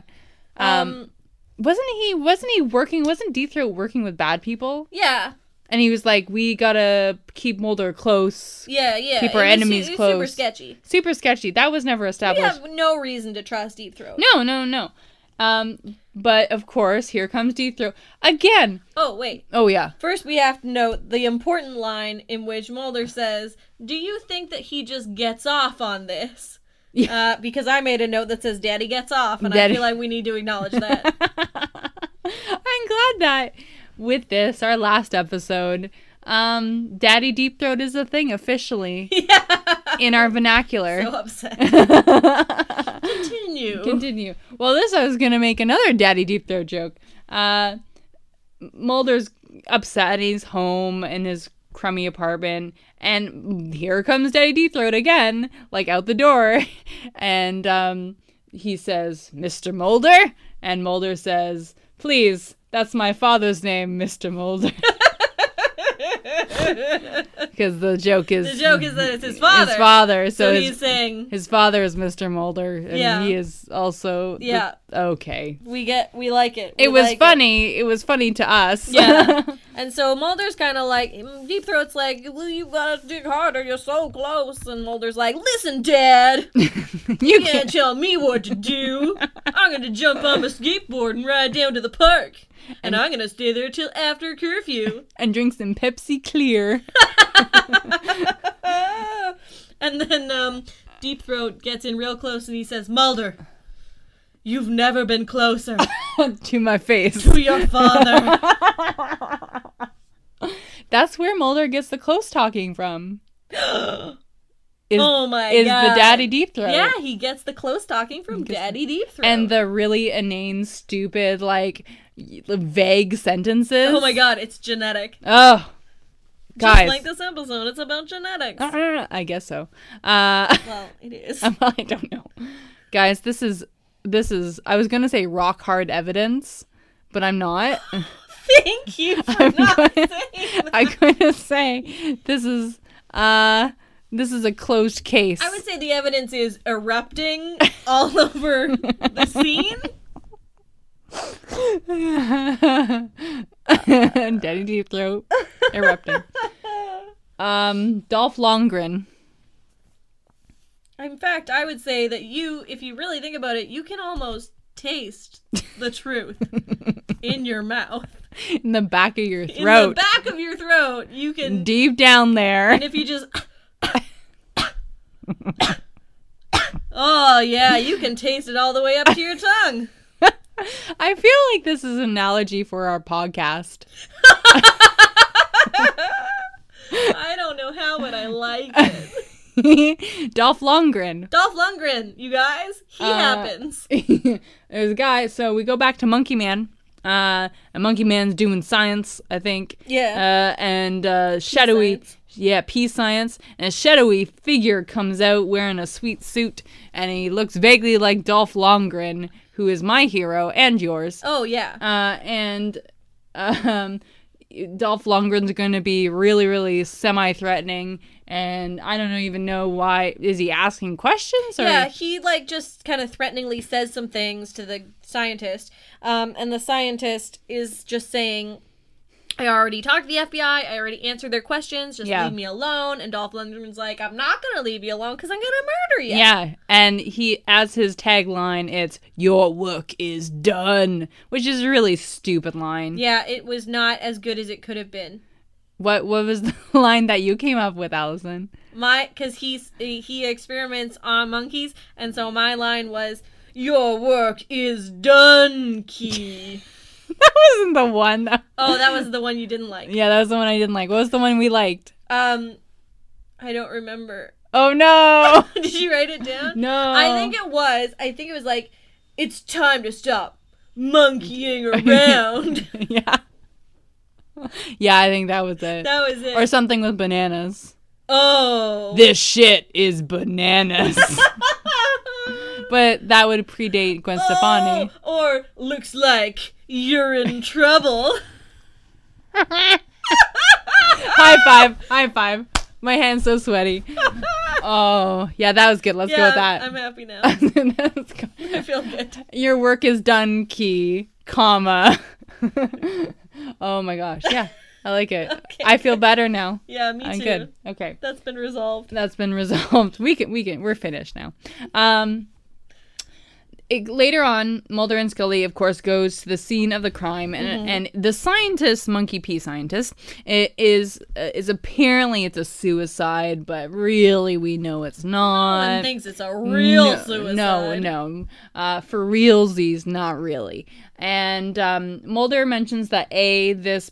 [SPEAKER 1] Um,
[SPEAKER 2] wasn't he wasn't he working wasn't d throat working with bad people
[SPEAKER 1] yeah,
[SPEAKER 2] and he was like we gotta keep mulder close
[SPEAKER 1] yeah, yeah.
[SPEAKER 2] Keep our
[SPEAKER 1] It was su-
[SPEAKER 2] enemies
[SPEAKER 1] it was Super
[SPEAKER 2] close.
[SPEAKER 1] sketchy.
[SPEAKER 2] super sketchy that was never
[SPEAKER 1] We
[SPEAKER 2] established
[SPEAKER 1] have no reason to trust Deep Throat.
[SPEAKER 2] no no no um but of course here comes d throat again
[SPEAKER 1] Oh wait.
[SPEAKER 2] oh yeah
[SPEAKER 1] First, we have to note the important line in which Mulder says, "Do you think that he just gets off on this?" Uh, because I made a note that says "Daddy gets off," and
[SPEAKER 2] Daddy-
[SPEAKER 1] I feel like we need to acknowledge that.
[SPEAKER 2] I'm glad that with this, our last episode, um, Daddy Deep Throat is a thing officially in our vernacular.
[SPEAKER 1] so upset. Continue.
[SPEAKER 2] Continue. Well, this I was gonna make another Daddy Deep Throat joke. Uh, Mulder's upset. He's home in his crummy apartment, and here comes Daddy Deep Throat again, like out the door, and um, he says, "Mr. Mulder," and Mulder says, "Please." That's my father's name, Mr. Mulder. Because the joke is
[SPEAKER 1] the joke is that it's his father.
[SPEAKER 2] his father. So,
[SPEAKER 1] So
[SPEAKER 2] his-
[SPEAKER 1] he's saying
[SPEAKER 2] his father is Mr. Mulder, and
[SPEAKER 1] Yeah.
[SPEAKER 2] he is also the-
[SPEAKER 1] Yeah.
[SPEAKER 2] okay,
[SPEAKER 1] we get we like it. We
[SPEAKER 2] it was
[SPEAKER 1] like
[SPEAKER 2] funny. It. was funny to us.
[SPEAKER 1] Yeah. And so Mulder's kind of like mm, Deep Throat's like, "Well, you gotta dig harder. You're so close." And Mulder's like, "Listen, Dad, you
[SPEAKER 2] you
[SPEAKER 1] can't
[SPEAKER 2] can't.
[SPEAKER 1] tell me what to do. I'm gonna jump on my skateboard and ride down to the park, and, I'm gonna stay there till after curfew."
[SPEAKER 2] And drink some Pepsi Clear.
[SPEAKER 1] and then um, Deep Throat gets in real close and he says, "Mulder, you've never been closer
[SPEAKER 2] to my face.
[SPEAKER 1] to your father."
[SPEAKER 2] That's where Mulder gets the close talking from. Is,
[SPEAKER 1] Oh my
[SPEAKER 2] is
[SPEAKER 1] god!
[SPEAKER 2] the daddy deep throat?
[SPEAKER 1] Yeah, he gets the close talking from Daddy Deep Throat.
[SPEAKER 2] And the really inane, stupid, like y- vague sentences.
[SPEAKER 1] Oh my god, it's genetic.
[SPEAKER 2] Oh, guys.
[SPEAKER 1] Just like this episode, it's about genetics.
[SPEAKER 2] I don't know. I guess so. Uh,
[SPEAKER 1] Well, it is.
[SPEAKER 2] I don't know. Guys, this is this is I was gonna say rock hard evidence, but I'm not.
[SPEAKER 1] Thank you for not saying that.
[SPEAKER 2] I couldn't say this is uh this is a closed case.
[SPEAKER 1] I would say the evidence is erupting all over the scene.
[SPEAKER 2] Daddy Deep Throat erupting. Um Dolph Longren.
[SPEAKER 1] In fact, I would say that you, if you really think about it, you can almost taste the truth in your mouth.
[SPEAKER 2] In the back of your
[SPEAKER 1] In the
[SPEAKER 2] throat. Mm.
[SPEAKER 1] back of your throat, you can.
[SPEAKER 2] Deep down there.
[SPEAKER 1] And if you just. oh, yeah, you can taste it all the way up to your tongue.
[SPEAKER 2] I feel like this is an analogy for our podcast.
[SPEAKER 1] I don't know how, but I like it.
[SPEAKER 2] Dolph Lundgren.
[SPEAKER 1] Dolph Lundgren, you guys, he
[SPEAKER 2] Uh,
[SPEAKER 1] happens.
[SPEAKER 2] There's a guy. So we go back to Monkey Man. Uh, and Monkey Man's doing science, I think.
[SPEAKER 1] Yeah.
[SPEAKER 2] Uh, and uh, shadowy,
[SPEAKER 1] science.
[SPEAKER 2] yeah, pea science. And a shadowy figure comes out wearing a sweet suit, and he looks vaguely like Dolph Lundgren, who is my hero and yours.
[SPEAKER 1] Oh yeah.
[SPEAKER 2] Uh, and um, Dolph Lundgren's going to be really, really semi-threatening. And I don't even know why. Is he asking questions? Or
[SPEAKER 1] Yeah, he like just kind of threateningly says some things to the scientist, um, and the scientist is just saying, "I already talked to the FBI. I already answered their questions. Just
[SPEAKER 2] Yeah.
[SPEAKER 1] leave me alone." And Dolph Lundgren's like, "I'm not gonna leave you alone because I'm gonna murder you."
[SPEAKER 2] Yeah, and he as his tagline, it's "Your work is done," which is a really stupid line.
[SPEAKER 1] Yeah, it was not as good as it could have been.
[SPEAKER 2] What what was the line that you came up with, Allison?
[SPEAKER 1] My, because he's he experiments on monkeys, and so my line was, "Your work is done, Key."
[SPEAKER 2] That wasn't the one. That,
[SPEAKER 1] oh, that was the one you didn't like.
[SPEAKER 2] yeah, that was the one I didn't like. What was the one we liked?
[SPEAKER 1] Um, I don't remember.
[SPEAKER 2] Oh no,
[SPEAKER 1] Did you write it down?
[SPEAKER 2] no.
[SPEAKER 1] I think it was. I think it was like, it's time to stop monkeying around.
[SPEAKER 2] it. yeah, yeah, I think that was it.
[SPEAKER 1] that was it.
[SPEAKER 2] or something with bananas.
[SPEAKER 1] oh.
[SPEAKER 2] This shit is bananas. but that would predate Gwen Stefani.
[SPEAKER 1] Oh, or looks like you're in trouble.
[SPEAKER 2] high five, high five. My hand's so sweaty. Oh, yeah, that was good. Let's go
[SPEAKER 1] yeah,
[SPEAKER 2] with that.
[SPEAKER 1] I'm happy now.
[SPEAKER 2] That's go-
[SPEAKER 1] I feel good.
[SPEAKER 2] Your work is done, key, comma. oh my gosh. Yeah, I like it. I feel better now.
[SPEAKER 1] Yeah, me
[SPEAKER 2] I'm
[SPEAKER 1] too.
[SPEAKER 2] good. Okay.
[SPEAKER 1] That's been resolved.
[SPEAKER 2] That's been resolved. We can, we can, we're finished now. Um, it- later on, Mulder and Scully, of course, goes to the scene of the crime, and and the scientist, Monkey P scientist, i- is uh, is apparently it's a suicide, but really we know it's not.
[SPEAKER 1] One thinks it's a real
[SPEAKER 2] Uh, no,
[SPEAKER 1] suicide.
[SPEAKER 2] No, no. Uh, for realsies, not really. And um, Mulder mentions that A, this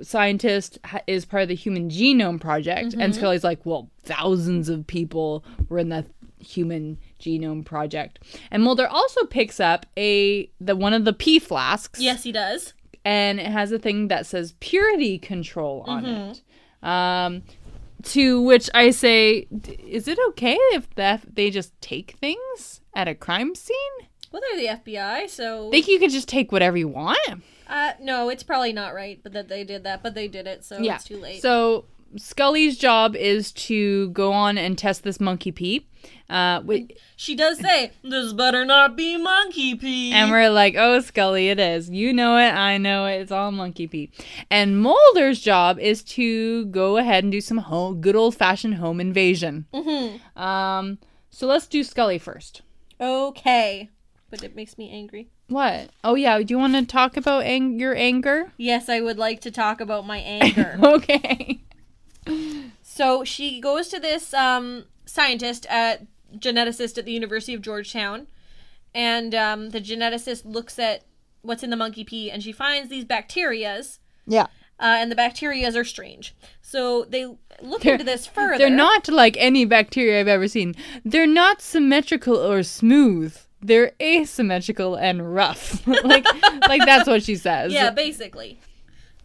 [SPEAKER 2] scientist ha- is part of the Human Genome Project.
[SPEAKER 1] Mm-hmm.
[SPEAKER 2] And Scully's like, well, thousands of people were in the Human Genome Project. And Mulder also picks up a the one of the pee flasks.
[SPEAKER 1] Yes, he does.
[SPEAKER 2] And it has a thing that says purity control on
[SPEAKER 1] Mm-hmm.
[SPEAKER 2] it. Um, to which I say, "D- is it okay if the F- they just take things at a crime scene?
[SPEAKER 1] Well, they're the FBI, so
[SPEAKER 2] I think you could just take whatever you want.
[SPEAKER 1] uh, no, it's probably not right, but that they did that, but they did it, so
[SPEAKER 2] yeah.
[SPEAKER 1] it's too late.
[SPEAKER 2] So Scully's job is to go on and test this monkey pee. Uh, wi-
[SPEAKER 1] She does say, "This better not be monkey pee."
[SPEAKER 2] and we're like, oh, Scully, it is. You know it. I know it. It's all monkey pee. And Mulder's job is to go ahead and do some home, good old fashioned home invasion.
[SPEAKER 1] Mm-hmm.
[SPEAKER 2] Um, so let's do Scully first.
[SPEAKER 1] okay, but it makes me angry.
[SPEAKER 2] What? Oh, yeah. Do you want to talk about ang- your anger?
[SPEAKER 1] Yes, I would like to talk about my anger.
[SPEAKER 2] Okay.
[SPEAKER 1] so she goes to this um, scientist at geneticist at the University of Georgetown, and um, the geneticist looks at what's in the monkey pee, and she finds these bacterias.
[SPEAKER 2] Yeah.
[SPEAKER 1] Uh, and the bacterias are strange. So they look into this further.
[SPEAKER 2] They're not like any bacteria I've ever seen. They're not symmetrical or smooth. They're asymmetrical and rough. like, like that's what she says.
[SPEAKER 1] Yeah, basically.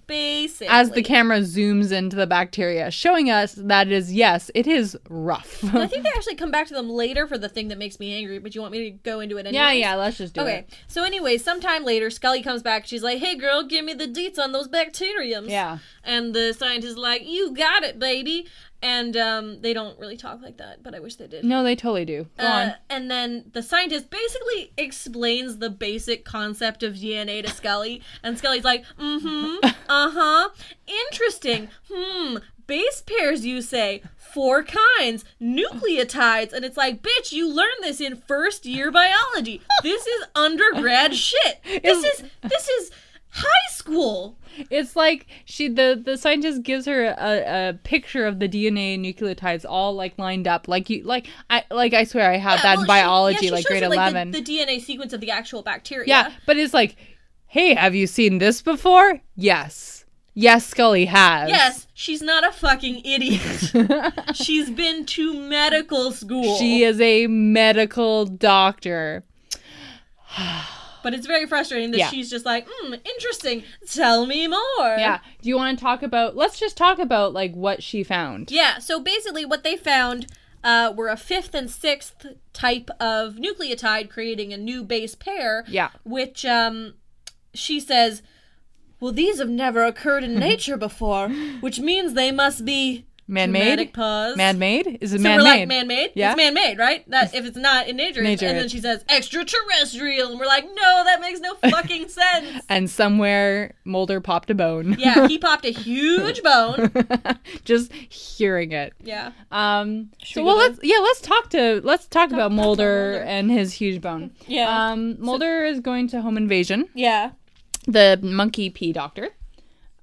[SPEAKER 1] Basically.
[SPEAKER 2] As the camera zooms into the bacteria, showing us that it is yes, it is rough.
[SPEAKER 1] I think they actually come back to them later for the thing that makes me angry, but you want me to go into it anyway?
[SPEAKER 2] yeah, yeah. Let's just do
[SPEAKER 1] Okay.
[SPEAKER 2] it.
[SPEAKER 1] So anyway, sometime later, Scully comes back. She's like, "Hey, girl, give me the deets on those bacteriums."
[SPEAKER 2] Yeah.
[SPEAKER 1] And the scientist's like, "You got it, baby." And um, they don't really talk like that, but I wish they did.
[SPEAKER 2] No, they totally do. Go on.
[SPEAKER 1] Uh, and then the scientist basically explains the basic concept of DNA to Scully, and Scully's like, "Mm-hmm, uh-huh, interesting. Hmm, base pairs, you say." Four kinds, nucleotides, and it's like, bitch, you learned this in first year biology. This is undergrad shit. This is this is high school.
[SPEAKER 2] It's like she the the scientist gives her a, a picture of the DNA and nucleotides all like lined up like you like I like I swear I have that
[SPEAKER 1] well,
[SPEAKER 2] in
[SPEAKER 1] she-
[SPEAKER 2] biology
[SPEAKER 1] yeah, she
[SPEAKER 2] like
[SPEAKER 1] shows
[SPEAKER 2] grade
[SPEAKER 1] you, the-
[SPEAKER 2] eleven.
[SPEAKER 1] the, DNA sequence of the actual bacteria.
[SPEAKER 2] yeah, but it's like, hey, have you seen this before? Yes. Yes, Scully has.
[SPEAKER 1] Yes, she's not a fucking idiot. she's been to medical school.
[SPEAKER 2] She is a medical doctor.
[SPEAKER 1] But it's very frustrating that
[SPEAKER 2] Yeah.
[SPEAKER 1] she's just like, hmm, interesting. Tell me more.
[SPEAKER 2] Yeah. Do you want to talk about let's just talk about like what she found.
[SPEAKER 1] Yeah, so basically what they found uh, were a fifth and sixth type of nucleotide creating a new base pair.
[SPEAKER 2] Yeah.
[SPEAKER 1] Which um, she says, well, these have never occurred in nature before, which means they must be
[SPEAKER 2] Man-made?
[SPEAKER 1] dramatic pause.
[SPEAKER 2] Man-made? Is it
[SPEAKER 1] So
[SPEAKER 2] man-made?
[SPEAKER 1] we're like man-made.
[SPEAKER 2] Yeah.
[SPEAKER 1] It's man-made, right? That if it's not in nature, it's-
[SPEAKER 2] Nature,
[SPEAKER 1] and then
[SPEAKER 2] it's-
[SPEAKER 1] she says extraterrestrial, and we're like, no, that makes no fucking sense.
[SPEAKER 2] and somewhere Mulder popped a bone.
[SPEAKER 1] yeah, he popped a huge bone.
[SPEAKER 2] just hearing it.
[SPEAKER 1] Yeah,
[SPEAKER 2] Um so
[SPEAKER 1] we
[SPEAKER 2] well
[SPEAKER 1] go
[SPEAKER 2] let's yeah, let's talk to let's talk, about Mulder,
[SPEAKER 1] Mulder.
[SPEAKER 2] and his huge bone.
[SPEAKER 1] Yeah.
[SPEAKER 2] Um Mulder is going to home invasion.
[SPEAKER 1] yeah.
[SPEAKER 2] The monkey pea doctor.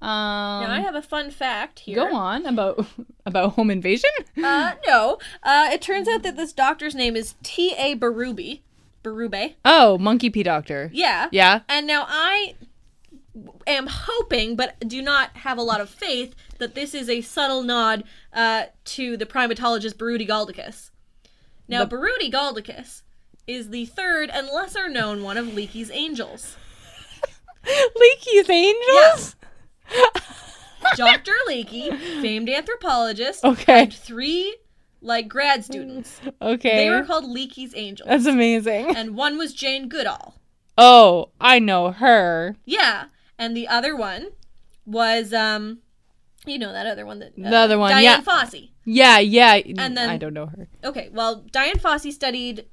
[SPEAKER 2] Um
[SPEAKER 1] now I have a fun fact here.
[SPEAKER 2] go on about about home invasion.
[SPEAKER 1] Uh, no. Uh, it turns out that this doctor's name is T. A. Barube. Barube.
[SPEAKER 2] oh, monkey pea doctor.
[SPEAKER 1] Yeah.
[SPEAKER 2] Yeah.
[SPEAKER 1] And now I am hoping, but do not have a lot of faith, that this is a subtle nod uh, to the primatologist Barudi Galdicus. Now, Barudi Galdicus is the third and lesser known one of Leaky's angels.
[SPEAKER 2] Leaky's angels.
[SPEAKER 1] Dr. Leaky, famed anthropologist,
[SPEAKER 2] Okay.
[SPEAKER 1] and three like grad students.
[SPEAKER 2] Okay.
[SPEAKER 1] They were called Leaky's angels.
[SPEAKER 2] That's amazing.
[SPEAKER 1] and one was Jane Goodall.
[SPEAKER 2] Oh, I know her.
[SPEAKER 1] Yeah, and the other one was um, you know that other one that uh,
[SPEAKER 2] The other one,
[SPEAKER 1] Diane
[SPEAKER 2] yeah.
[SPEAKER 1] Fossey.
[SPEAKER 2] Yeah, yeah.
[SPEAKER 1] And then-
[SPEAKER 2] I don't know her.
[SPEAKER 1] Okay, well Diane Fossey studied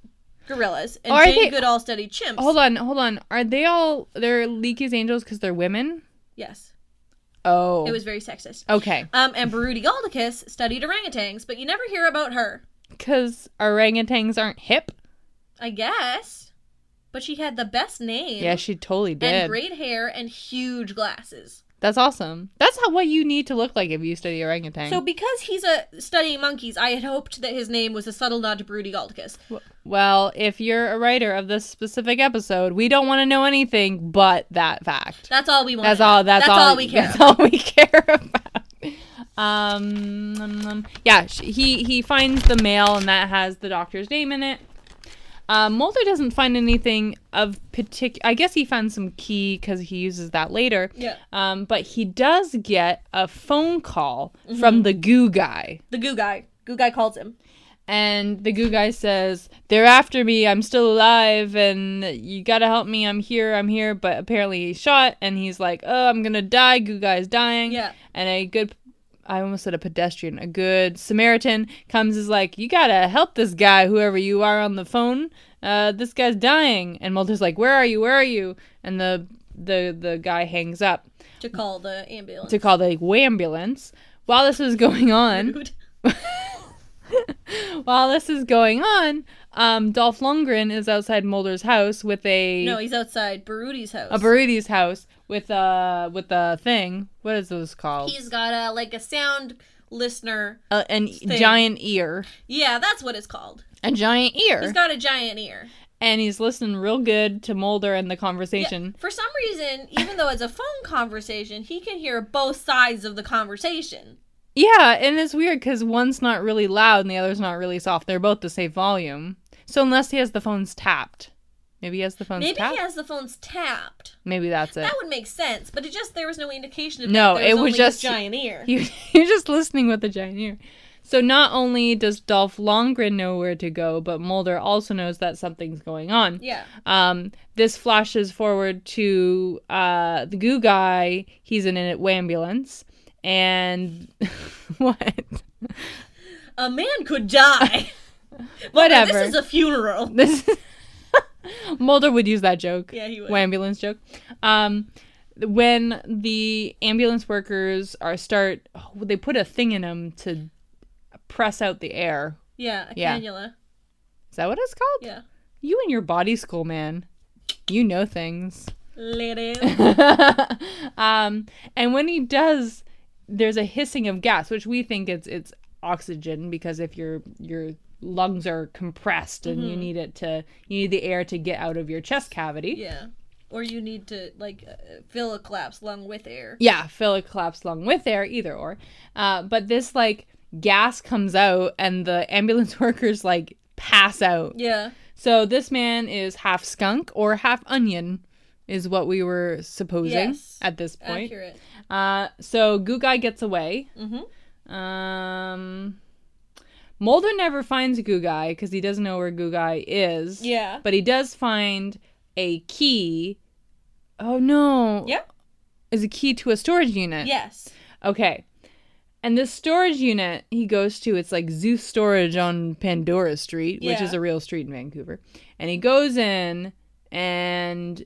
[SPEAKER 1] gorillas, and
[SPEAKER 2] Are
[SPEAKER 1] Jane
[SPEAKER 2] they-
[SPEAKER 1] Goodall studied chimps.
[SPEAKER 2] Hold on, hold on. Are they all they're Leaky's angels because they're women?
[SPEAKER 1] Yes,
[SPEAKER 2] Oh.
[SPEAKER 1] it was very sexist.
[SPEAKER 2] okay.
[SPEAKER 1] Um, and Barudi Galdicus studied orangutans, but you never hear about her.
[SPEAKER 2] Because orangutans aren't hip.
[SPEAKER 1] I guess, but she had the best name.
[SPEAKER 2] Yeah, she totally
[SPEAKER 1] and
[SPEAKER 2] did.
[SPEAKER 1] great hair and huge glasses.
[SPEAKER 2] That's awesome. That's how what you need to look like if you study orangutan.
[SPEAKER 1] So because he's a studying monkeys, I had hoped that his name was a subtle nod to Barudi Galdicus.
[SPEAKER 2] well, if you're a writer of this specific episode, we don't want to know anything but that fact.
[SPEAKER 1] That's all we want.
[SPEAKER 2] That's all. That's, all,
[SPEAKER 1] we care.
[SPEAKER 2] That's
[SPEAKER 1] about.
[SPEAKER 2] all we care about. Um, um, um, yeah, sh- he he finds the mail and that has the doctor's name in it. Um, Mulder doesn't find anything of particular. I guess he found some key because he uses that later.
[SPEAKER 1] Yeah.
[SPEAKER 2] Um, but he does get a phone call
[SPEAKER 1] Mm-hmm.
[SPEAKER 2] from the goo guy,
[SPEAKER 1] The goo guy. Goo guy calls him.
[SPEAKER 2] and the goo guy says, "They're after me. I'm still alive, and you gotta help me. I'm here. I'm here." But apparently he's shot, and he's like, "Oh, I'm gonna die. Goo guy's dying."
[SPEAKER 1] Yeah.
[SPEAKER 2] And a good, I almost said a pedestrian, a good Samaritan comes is like, "You gotta help this guy, whoever you are on the phone. Uh, this guy's dying." And Mulder's like, "Where are you? Where are you?" And the the the guy hangs up
[SPEAKER 1] to call the ambulance.
[SPEAKER 2] to call the ambulance. While this was going on.
[SPEAKER 1] Rude.
[SPEAKER 2] While this is going on, um, Dolph Lundgren is outside Mulder's house with a
[SPEAKER 1] No, he's outside Barudi's house.
[SPEAKER 2] a Barudi's house with a with a thing. What is those called?
[SPEAKER 1] he's got a like a sound listener.
[SPEAKER 2] A an giant ear,
[SPEAKER 1] Yeah, that's what it's called.
[SPEAKER 2] a giant ear,
[SPEAKER 1] He's got a giant ear.
[SPEAKER 2] and he's listening real good to Mulder and the conversation.
[SPEAKER 1] For some reason, even though it's a phone conversation, he can hear both sides of the conversation.
[SPEAKER 2] Yeah, and it's weird because one's not really loud and the other's not really soft. They're both the same volume. So unless he has the phones tapped, maybe he has the phones
[SPEAKER 1] Maybe
[SPEAKER 2] tapped.
[SPEAKER 1] he has the phones tapped.
[SPEAKER 2] maybe that's it.
[SPEAKER 1] That would make sense, but it just there was no indication of
[SPEAKER 2] No,
[SPEAKER 1] that.
[SPEAKER 2] it
[SPEAKER 1] There
[SPEAKER 2] was
[SPEAKER 1] only
[SPEAKER 2] just-
[SPEAKER 1] his giant ear.
[SPEAKER 2] You, you're just listening with a giant ear. So not only does Dolph Lundgren know where to go, but Mulder also knows that something's going on.
[SPEAKER 1] yeah.
[SPEAKER 2] Um, this flashes forward to uh, the goo guy. He's in an ambulance, and what?
[SPEAKER 1] A man could die.
[SPEAKER 2] Whatever.
[SPEAKER 1] This is a funeral.
[SPEAKER 2] This is- Mulder would use that joke.
[SPEAKER 1] Yeah, he would.
[SPEAKER 2] Ambulance joke. Um, when the ambulance workers are start, oh, they put a thing in them to press out the air.
[SPEAKER 1] Yeah, a
[SPEAKER 2] Yeah.
[SPEAKER 1] cannula.
[SPEAKER 2] Is that what it's called?
[SPEAKER 1] Yeah.
[SPEAKER 2] You and your body school, man. You know things.
[SPEAKER 1] Ladies.
[SPEAKER 2] um, and when he does, there's a hissing of gas, which we think it's it's oxygen because if your your
[SPEAKER 1] Mm-hmm.
[SPEAKER 2] lungs are compressed and you need it to you need the air to get out of your chest cavity.
[SPEAKER 1] Yeah. or you need to like uh, fill a collapse lung with air.
[SPEAKER 2] Yeah, fill a collapsed lung with air, either or. Uh, but this like gas comes out, and the ambulance workers like pass out.
[SPEAKER 1] Yeah.
[SPEAKER 2] So this man is half skunk or half onion, is what we were supposing
[SPEAKER 1] Yes.
[SPEAKER 2] at this point.
[SPEAKER 1] Accurate.
[SPEAKER 2] Uh, so Goo Guy gets away.
[SPEAKER 1] Mhm.
[SPEAKER 2] Um, Mulder never finds Goo Guy because he doesn't know where Goo Guy is.
[SPEAKER 1] Yeah.
[SPEAKER 2] But he does find a key. Oh no.
[SPEAKER 1] Yeah.
[SPEAKER 2] Is a key to a storage unit.
[SPEAKER 1] Yes.
[SPEAKER 2] Okay. And this storage unit he goes to, it's like Zeus Storage on Pandora Street, which
[SPEAKER 1] Yeah.
[SPEAKER 2] is a real street in Vancouver. And he goes in and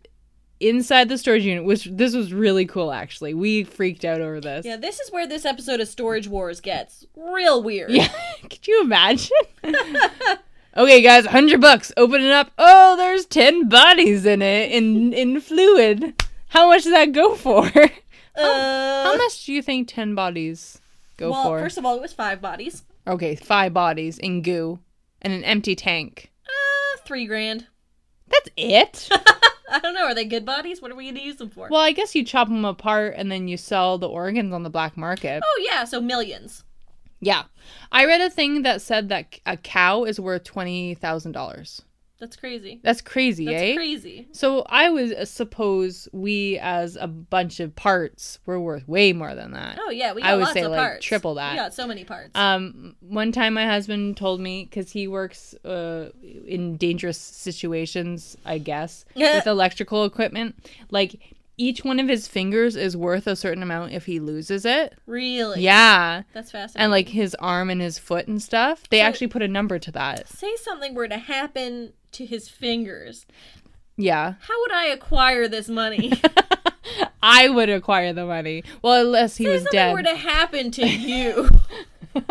[SPEAKER 2] inside the storage unit, which this was really cool actually. We freaked out over this.
[SPEAKER 1] Yeah, this is where this episode of Storage Wars gets real weird.
[SPEAKER 2] Yeah. Could you imagine? okay, guys, 100 bucks. Open it up. Oh, there's 10 bodies in it in in fluid. How much does that go for?
[SPEAKER 1] Uh,
[SPEAKER 2] How much do you think 10 bodies go
[SPEAKER 1] well,
[SPEAKER 2] for?
[SPEAKER 1] first of all, it was five bodies.
[SPEAKER 2] Okay, five bodies in goo and an empty tank.
[SPEAKER 1] Uh, three grand.
[SPEAKER 2] That's it?
[SPEAKER 1] I don't know. Are they good bodies? What are we going to use them for?
[SPEAKER 2] well, I guess you chop them apart and then you sell the organs on the black market.
[SPEAKER 1] oh, yeah, so millions.
[SPEAKER 2] Yeah. I read a thing that said that a cow is worth $20,000.
[SPEAKER 1] That's crazy.
[SPEAKER 2] That's crazy,
[SPEAKER 1] That's
[SPEAKER 2] eh?
[SPEAKER 1] crazy.
[SPEAKER 2] So I would uh, suppose we, as a bunch of parts, were worth way more than that.
[SPEAKER 1] Oh, yeah, we got
[SPEAKER 2] I would
[SPEAKER 1] lots
[SPEAKER 2] say,
[SPEAKER 1] of
[SPEAKER 2] like,
[SPEAKER 1] parts.
[SPEAKER 2] triple that.
[SPEAKER 1] We got so many parts.
[SPEAKER 2] Um, one time my husband told me because he works uh, in dangerous situations, I guess, with electrical equipment. Like each one of his fingers is worth a certain amount if he loses it.
[SPEAKER 1] really?
[SPEAKER 2] Yeah,
[SPEAKER 1] That's fascinating.
[SPEAKER 2] and like his arm and his foot and stuff. They actually put a number to that.
[SPEAKER 1] Say something were to happen to his fingers.
[SPEAKER 2] Yeah,
[SPEAKER 1] How would I acquire this money?
[SPEAKER 2] I would acquire the money. Well, unless he
[SPEAKER 1] Say
[SPEAKER 2] was
[SPEAKER 1] something
[SPEAKER 2] dead.
[SPEAKER 1] were to happen to you.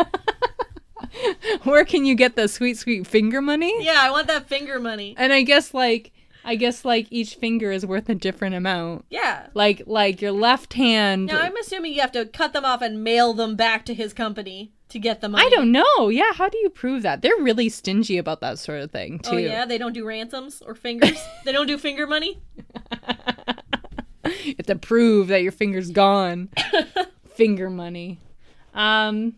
[SPEAKER 2] Where can you get the sweet, sweet finger money?
[SPEAKER 1] yeah, I want that finger money.
[SPEAKER 2] And I guess like I guess like each finger is worth a different amount.
[SPEAKER 1] Yeah.
[SPEAKER 2] Like like your left hand.
[SPEAKER 1] Now I'm assuming you have to cut them off and mail them back to his company to get the money.
[SPEAKER 2] I don't know. Yeah, how do you prove that? They're really stingy about that sort of thing too.
[SPEAKER 1] Oh yeah, they don't do ransoms or fingers. they don't do finger money.
[SPEAKER 2] You have to prove that your finger's gone. finger money. Um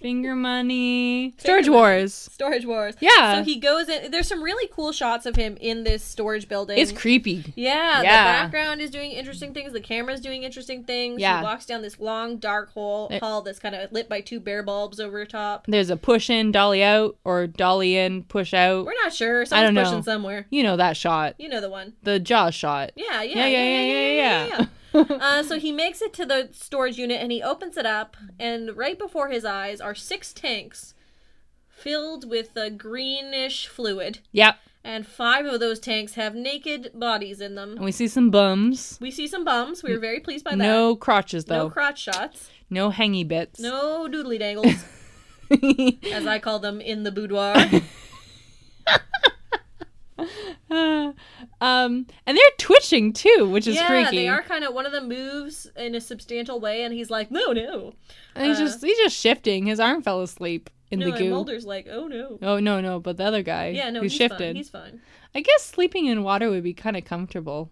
[SPEAKER 2] finger money. Storage
[SPEAKER 1] money.
[SPEAKER 2] wars.
[SPEAKER 1] Storage wars.
[SPEAKER 2] Yeah.
[SPEAKER 1] So he goes in. There's some really cool shots of him in this storage building.
[SPEAKER 2] It's creepy. Yeah.
[SPEAKER 1] yeah, the background is doing interesting things. The camera's doing interesting things.
[SPEAKER 2] Yeah.
[SPEAKER 1] He walks down this long, dark hole,
[SPEAKER 2] It-
[SPEAKER 1] hall that's kind of lit by two bare bulbs over top.
[SPEAKER 2] There's a push in, dolly out, or dolly in, push out.
[SPEAKER 1] We're not sure.
[SPEAKER 2] I
[SPEAKER 1] Someone's
[SPEAKER 2] don't
[SPEAKER 1] pushing
[SPEAKER 2] know.
[SPEAKER 1] somewhere.
[SPEAKER 2] You know that shot.
[SPEAKER 1] You know the one.
[SPEAKER 2] The jaw shot.
[SPEAKER 1] Yeah,
[SPEAKER 2] Yeah,
[SPEAKER 1] yeah,
[SPEAKER 2] yeah, yeah, yeah,
[SPEAKER 1] yeah, yeah. uh, so he makes it to the storage unit and he opens it up, and right before his eyes are six tanks filled with a greenish fluid,
[SPEAKER 2] Yep.
[SPEAKER 1] and five of those tanks have naked bodies in them.
[SPEAKER 2] And we see some bums.
[SPEAKER 1] We see some bums. We were very pleased by that.
[SPEAKER 2] No crotches
[SPEAKER 1] No
[SPEAKER 2] though. No,
[SPEAKER 1] crotch shots.
[SPEAKER 2] hangy bits.
[SPEAKER 1] No doodly dangles, as I call them in the boudoir.
[SPEAKER 2] um, and they're twitching too, which is
[SPEAKER 1] yeah,
[SPEAKER 2] freaky.
[SPEAKER 1] they are kind of one of them moves in a substantial way, and he's like, "No, no."
[SPEAKER 2] And he's just he's just shifting. His arm fell asleep in
[SPEAKER 1] No,
[SPEAKER 2] the
[SPEAKER 1] and
[SPEAKER 2] goo.
[SPEAKER 1] Mulder's like, "Oh no."
[SPEAKER 2] Oh no, no, but the other guy
[SPEAKER 1] Yeah, no,
[SPEAKER 2] who
[SPEAKER 1] he's
[SPEAKER 2] shifted.
[SPEAKER 1] fine. He's fine.
[SPEAKER 2] I guess sleeping in water would be kind of comfortable.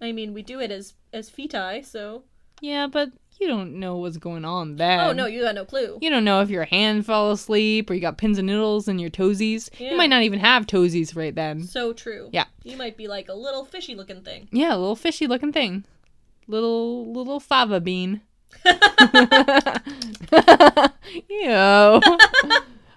[SPEAKER 1] I mean, we do it as as feti, so
[SPEAKER 2] Yeah, but you don't know what's going on then.
[SPEAKER 1] oh no, you got no clue.
[SPEAKER 2] You don't know if your hand fell asleep or you got pins and needles in your toesies.
[SPEAKER 1] Yeah.
[SPEAKER 2] You might not even have toesies right then.
[SPEAKER 1] So true.
[SPEAKER 2] Yeah.
[SPEAKER 1] you might be like a little fishy looking thing.
[SPEAKER 2] Yeah, a little fishy looking thing. Little little fava bean. Ew.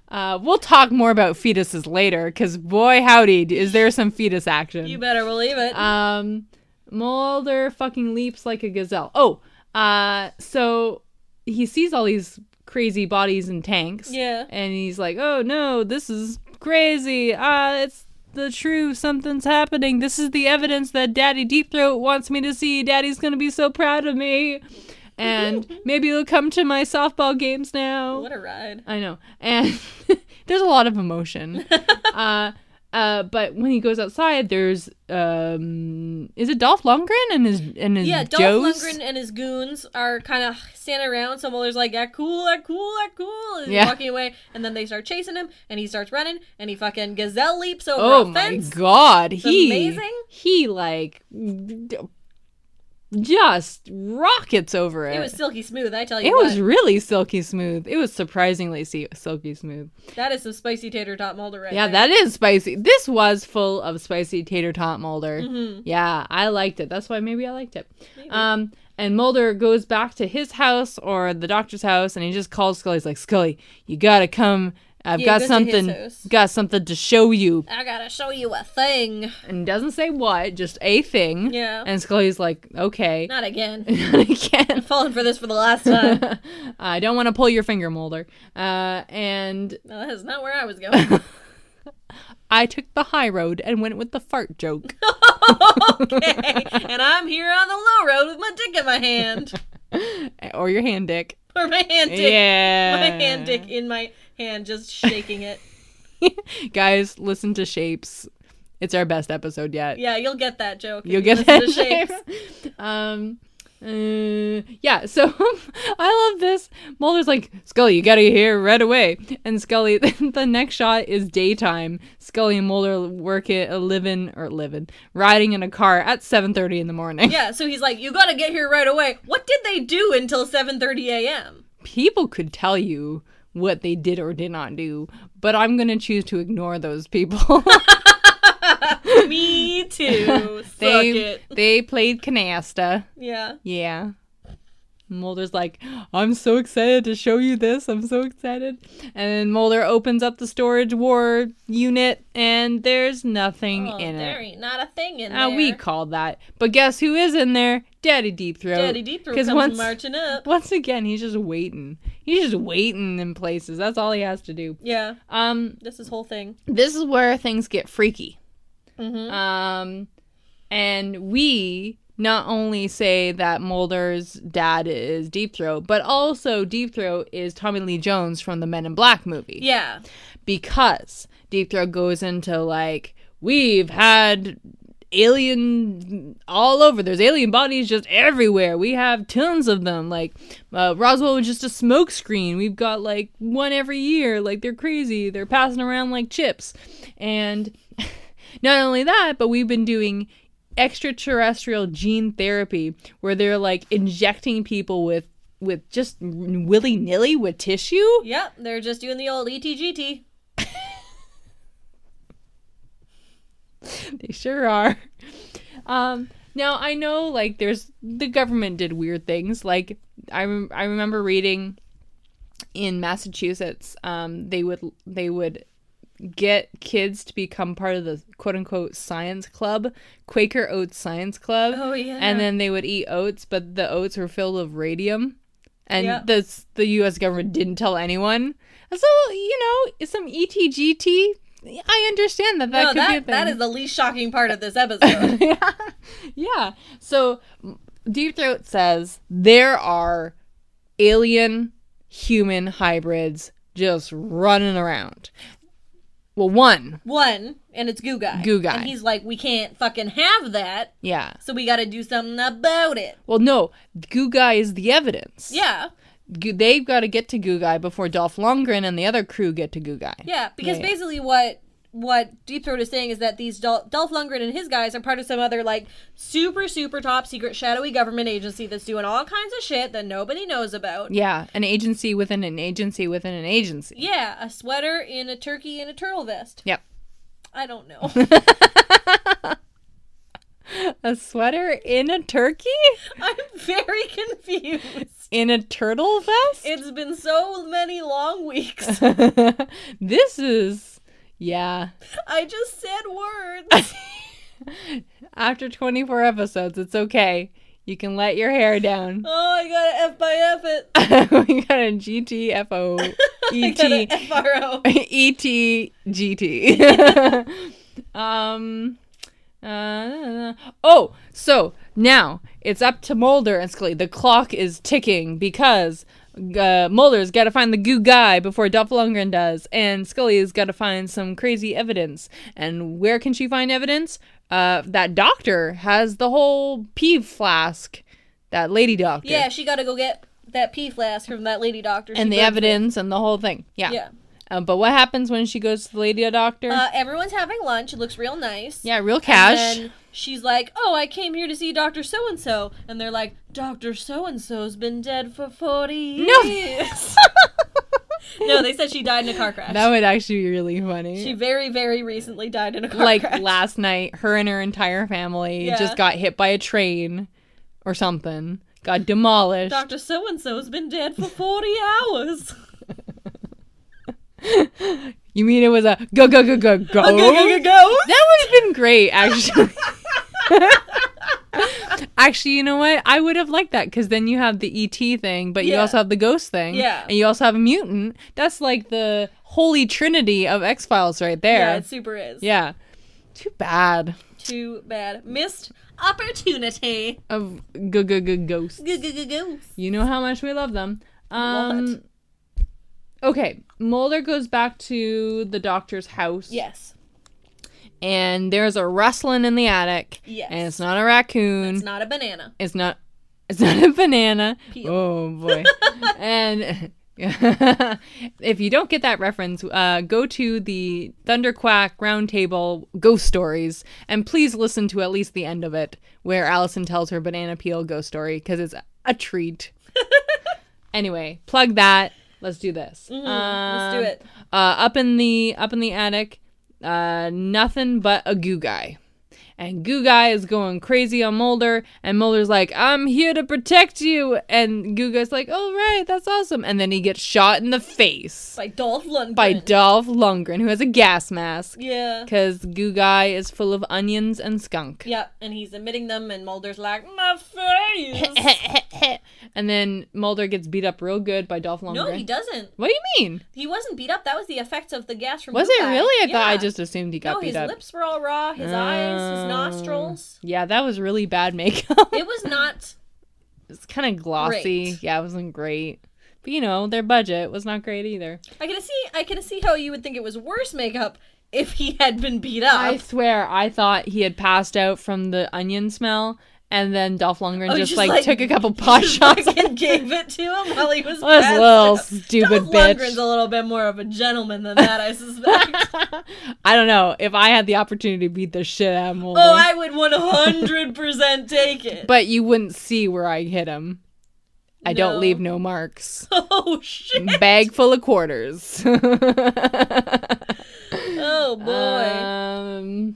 [SPEAKER 2] Uh, we'll talk more about fetuses later, because boy howdy, d- is there some fetus action.
[SPEAKER 1] You better believe it.
[SPEAKER 2] Um, Mulder fucking leaps like a gazelle. Oh, uh, so he sees all these crazy bodies and tanks.
[SPEAKER 1] Yeah.
[SPEAKER 2] And he's like, oh no, this is crazy. Uh, it's the truth. Something's happening. This is the evidence that Daddy Deep Throat wants me to see. Daddy's gonna be so proud of me. And maybe he'll come to my softball games now. um,
[SPEAKER 1] what a ride.
[SPEAKER 2] I know. And there's a lot of emotion. uh, Uh, but when he goes outside, there's um, is it Dolph Lundgren and his and his
[SPEAKER 1] Yeah, Dolph
[SPEAKER 2] Joes?
[SPEAKER 1] Lundgren and his goons are kind of standing around. So Mulder's like, "Act cool, act cool, act cool," and he's
[SPEAKER 2] Yeah.
[SPEAKER 1] walking away. And then they start chasing him, and he starts running, and he fucking gazelle leaps over
[SPEAKER 2] Oh
[SPEAKER 1] a fence.
[SPEAKER 2] my god, he
[SPEAKER 1] amazing.
[SPEAKER 2] he like d- just rockets over it.
[SPEAKER 1] It was silky smooth, I tell you.
[SPEAKER 2] It
[SPEAKER 1] what.
[SPEAKER 2] was really silky smooth. It was surprisingly si- silky smooth.
[SPEAKER 1] that is some spicy tater tot Mulder right
[SPEAKER 2] Yeah,
[SPEAKER 1] there.
[SPEAKER 2] that is spicy. This was full of spicy tater tot Mulder.
[SPEAKER 1] Mm-hmm.
[SPEAKER 2] Yeah, I liked it. That's why maybe I liked it. Um, and Mulder goes back to his house or the doctor's house, and he just calls Scully. He's like, "Scully, you gotta come. I've
[SPEAKER 1] Yeah,
[SPEAKER 2] got
[SPEAKER 1] go to his
[SPEAKER 2] something.
[SPEAKER 1] house."
[SPEAKER 2] Got something to show you."
[SPEAKER 1] I gotta show you a thing.
[SPEAKER 2] And doesn't say what, just a thing.
[SPEAKER 1] Yeah.
[SPEAKER 2] And Scully's like, "Okay."
[SPEAKER 1] Not again.
[SPEAKER 2] Not again.
[SPEAKER 1] Falling for this for the last time.
[SPEAKER 2] I don't want to pull your finger, Mulder. Uh, and
[SPEAKER 1] No, that is not where I was going.
[SPEAKER 2] I took the high road and went with the fart joke.
[SPEAKER 1] okay, and I'm here on the low road with my dick in my hand,
[SPEAKER 2] Uh, or your hand dick.
[SPEAKER 1] or my hand dick,
[SPEAKER 2] Yeah.
[SPEAKER 1] my hand dick in my hand, just shaking it.
[SPEAKER 2] Guys, listen to Shapes. It's our best episode yet.
[SPEAKER 1] Yeah, you'll get that joke. if
[SPEAKER 2] You'll
[SPEAKER 1] you
[SPEAKER 2] get
[SPEAKER 1] listen
[SPEAKER 2] that
[SPEAKER 1] to Shakes.
[SPEAKER 2] Shapes. Um uh, yeah, so I love this. Mulder's like, Scully, you gotta get here right away. And Scully, the next shot is daytime. Scully and Mulder work it, a living or living, riding in a car at 7:30 in the morning.
[SPEAKER 1] Yeah, so he's like, "You gotta get here right away." What did they do until 7:30 a.m.?
[SPEAKER 2] people could tell you what they did or did not do, but I'm going to choose to ignore those people.
[SPEAKER 1] Me too. Suck
[SPEAKER 2] they
[SPEAKER 1] it.
[SPEAKER 2] they played canasta.
[SPEAKER 1] Yeah.
[SPEAKER 2] Yeah. Mulder's like, I'm so excited to show you this. I'm so excited. And Mulder opens up the storage war unit, and there's nothing
[SPEAKER 1] Oh,
[SPEAKER 2] in
[SPEAKER 1] there
[SPEAKER 2] it.
[SPEAKER 1] ain't not a thing in
[SPEAKER 2] Uh,
[SPEAKER 1] there.
[SPEAKER 2] we called that. But guess who is in there? Daddy Deep Throat.
[SPEAKER 1] Daddy Deep Throat
[SPEAKER 2] 'Cause
[SPEAKER 1] comes
[SPEAKER 2] once-
[SPEAKER 1] marching up.
[SPEAKER 2] Once again, he's just waiting. He's just waiting in places. That's all he has to do.
[SPEAKER 1] Yeah,
[SPEAKER 2] Um,
[SPEAKER 1] this is whole thing.
[SPEAKER 2] this is where things get freaky. Um, and we not only say that Mulder's dad is Deep Throat, but also Deep Throat is Tommy Lee Jones from the Men in Black movie
[SPEAKER 1] Yeah.
[SPEAKER 2] because Deep Throat goes into like we've had alien all over. There's alien bodies just everywhere. We have tons of them. Like uh, Roswell was just a smoke screen. We've got like one every year. Like they're crazy. They're passing around like chips, and not only that, but we've been doing extraterrestrial gene therapy where they're like injecting people with with just willy-nilly with tissue
[SPEAKER 1] Yep, they're just doing the old E ETGT.
[SPEAKER 2] They sure are. Um, now I know, like, there's the government did weird things. Like, I rem- I remember reading in Massachusetts, um, they would they would get kids to become part of the quote unquote science club, Quaker Oats Science Club.
[SPEAKER 1] Oh, yeah.
[SPEAKER 2] And then they would eat oats, but the oats were filled with radium. And
[SPEAKER 1] Yeah.
[SPEAKER 2] the the U.S. government didn't tell anyone. So you know, some E ETGT. I understand that that
[SPEAKER 1] no,
[SPEAKER 2] could be a
[SPEAKER 1] that,
[SPEAKER 2] thing.
[SPEAKER 1] that is the least shocking part of this episode.
[SPEAKER 2] Yeah. So Deep Throat says there are alien human hybrids just running around. Well, one.
[SPEAKER 1] One, and it's Goo Guy.
[SPEAKER 2] Goo Guy.
[SPEAKER 1] And he's like, we can't fucking have that,
[SPEAKER 2] Yeah.
[SPEAKER 1] so we gotta do something about it.
[SPEAKER 2] Well, no. Goo Guy is the evidence.
[SPEAKER 1] Yeah,
[SPEAKER 2] Goo- They've got to get to Goo Guy before Dolph Lundgren and the other crew get to Goo Guy.
[SPEAKER 1] yeah, because
[SPEAKER 2] Yeah.
[SPEAKER 1] basically what what Deep Throat is saying is that these Dol- Dolph Lundgren and his guys are part of some other like super super top secret shadowy government agency that's doing all kinds of shit that nobody knows about.
[SPEAKER 2] Yeah, an agency within an agency within an agency.
[SPEAKER 1] Yeah, a sweater in a turkey and a turtle vest.
[SPEAKER 2] Yep.
[SPEAKER 1] I don't know.
[SPEAKER 2] A sweater in a turkey?
[SPEAKER 1] I'm very confused.
[SPEAKER 2] In a turtle vest?
[SPEAKER 1] It's been so many long weeks.
[SPEAKER 2] this is yeah.
[SPEAKER 1] I just said words.
[SPEAKER 2] After 24 episodes, it's okay. You can let your hair down.
[SPEAKER 1] Oh, I gotta F by F it.
[SPEAKER 2] we got a GTFO
[SPEAKER 1] Gotta
[SPEAKER 2] ET
[SPEAKER 1] FRO.
[SPEAKER 2] E ETGT. um uh, oh, so now it's up to Mulder and Scully. The clock is ticking because uh, Mulder's got to find the goo guy before Dolph Lundgren does, and Scully's got to find some crazy evidence. And where can she find evidence? Uh, that doctor has the whole pee flask, that lady doctor,
[SPEAKER 1] Yeah, she got to go get that pee flask from that lady doctor.
[SPEAKER 2] and
[SPEAKER 1] She
[SPEAKER 2] the
[SPEAKER 1] goes-
[SPEAKER 2] evidence and the whole thing. Yeah.
[SPEAKER 1] Yeah.
[SPEAKER 2] Uh, but what happens when she goes to the lady doctor?
[SPEAKER 1] Uh, everyone's having lunch. It looks real nice.
[SPEAKER 2] yeah, real cash.
[SPEAKER 1] And then she's like, "Oh, I came here to see Doctor So and So," and they're like, "Doctor So and So's been dead for forty
[SPEAKER 2] No.
[SPEAKER 1] years." no, they said she died in a car crash.
[SPEAKER 2] that would actually be really funny.
[SPEAKER 1] she very, very recently died in a car
[SPEAKER 2] like
[SPEAKER 1] crash.
[SPEAKER 2] last night, her and her entire family
[SPEAKER 1] Yeah.
[SPEAKER 2] just got hit by a train or something, got demolished.
[SPEAKER 1] Doctor So and So's been dead for forty hours.
[SPEAKER 2] you mean it was a go go go go go?
[SPEAKER 1] Go, go, go, go.
[SPEAKER 2] That would have been great, actually. actually, you know what? I would have liked that because then you have the ET thing, but you
[SPEAKER 1] Yeah.
[SPEAKER 2] also have the ghost thing,
[SPEAKER 1] Yeah.
[SPEAKER 2] and you also have a mutant. That's like the holy trinity of X Files, right there.
[SPEAKER 1] Yeah, it super is.
[SPEAKER 2] yeah. Too bad.
[SPEAKER 1] Too bad. Missed opportunity.
[SPEAKER 2] Of go go go ghost.
[SPEAKER 1] Go, go, go, go.
[SPEAKER 2] You know how much we love them. Um, Okay, Mulder goes back to the doctor's house.
[SPEAKER 1] Yes.
[SPEAKER 2] And there's a rustling in the attic.
[SPEAKER 1] Yes.
[SPEAKER 2] And it's not a raccoon.
[SPEAKER 1] It's not a banana.
[SPEAKER 2] It's not. It's not a banana.
[SPEAKER 1] Peel.
[SPEAKER 2] Oh boy. and if you don't get that reference, uh, go to the Thunderquack Roundtable Ghost Stories and please listen to at least the end of it where Allison tells her banana peel ghost story because it's a treat. anyway, plug that. Let's do this.
[SPEAKER 1] Let's do
[SPEAKER 2] Um,
[SPEAKER 1] it.
[SPEAKER 2] uh, up in the up in the attic, uh, nothing but a goo guy. And Goo Guy is going crazy on Mulder, and Mulder's like, "I'm here to protect you." And Goo Guy's like, "All right, that's awesome." And then he gets shot in the face
[SPEAKER 1] By Dolph Lundgren.
[SPEAKER 2] by Dolph Lundgren, who has a gas mask,
[SPEAKER 1] Yeah.
[SPEAKER 2] because Goo Guy is full of onions and skunk.
[SPEAKER 1] Yeah, and he's admitting them, and Mulder's like, my face.
[SPEAKER 2] and then Mulder gets beat up real good by Dolph Lundgren.
[SPEAKER 1] no, he doesn't.
[SPEAKER 2] What do you mean?
[SPEAKER 1] He wasn't beat up. That was the effects of the gas from.
[SPEAKER 2] Was
[SPEAKER 1] Blue
[SPEAKER 2] it
[SPEAKER 1] Guy.
[SPEAKER 2] really? I thought I
[SPEAKER 1] Yeah.
[SPEAKER 2] just assumed he got
[SPEAKER 1] No,
[SPEAKER 2] beat
[SPEAKER 1] his
[SPEAKER 2] up.
[SPEAKER 1] lips were all raw. His eyes, his
[SPEAKER 2] Oh.
[SPEAKER 1] nostrils.
[SPEAKER 2] Yeah, that was really bad makeup.
[SPEAKER 1] It was not.
[SPEAKER 2] It's kind of glossy.
[SPEAKER 1] Great.
[SPEAKER 2] Yeah, it wasn't great. But you know, their budget was not great either.
[SPEAKER 1] I can see. I can see how you would think it was worse makeup if he had been beat up.
[SPEAKER 2] I swear, I thought he had passed out from the onion smell, and then Dolph Lundgren
[SPEAKER 1] Oh, he
[SPEAKER 2] just,
[SPEAKER 1] just,
[SPEAKER 2] like,
[SPEAKER 1] like,
[SPEAKER 2] took a couple pot shots. This
[SPEAKER 1] Fucking gave it to him while he was. passed
[SPEAKER 2] little
[SPEAKER 1] out.
[SPEAKER 2] stupid
[SPEAKER 1] Dolph Lundgren's a
[SPEAKER 2] bitch.
[SPEAKER 1] little bit more of a gentleman than that, I suspect.
[SPEAKER 2] I don't know if I had the opportunity to beat the shit out of Mulder,
[SPEAKER 1] oh, I would one hundred percent take it.
[SPEAKER 2] but you wouldn't see where I hit him. I
[SPEAKER 1] No.
[SPEAKER 2] don't leave no marks.
[SPEAKER 1] oh shit!
[SPEAKER 2] Bag full of quarters.
[SPEAKER 1] Oh boy.
[SPEAKER 2] Um,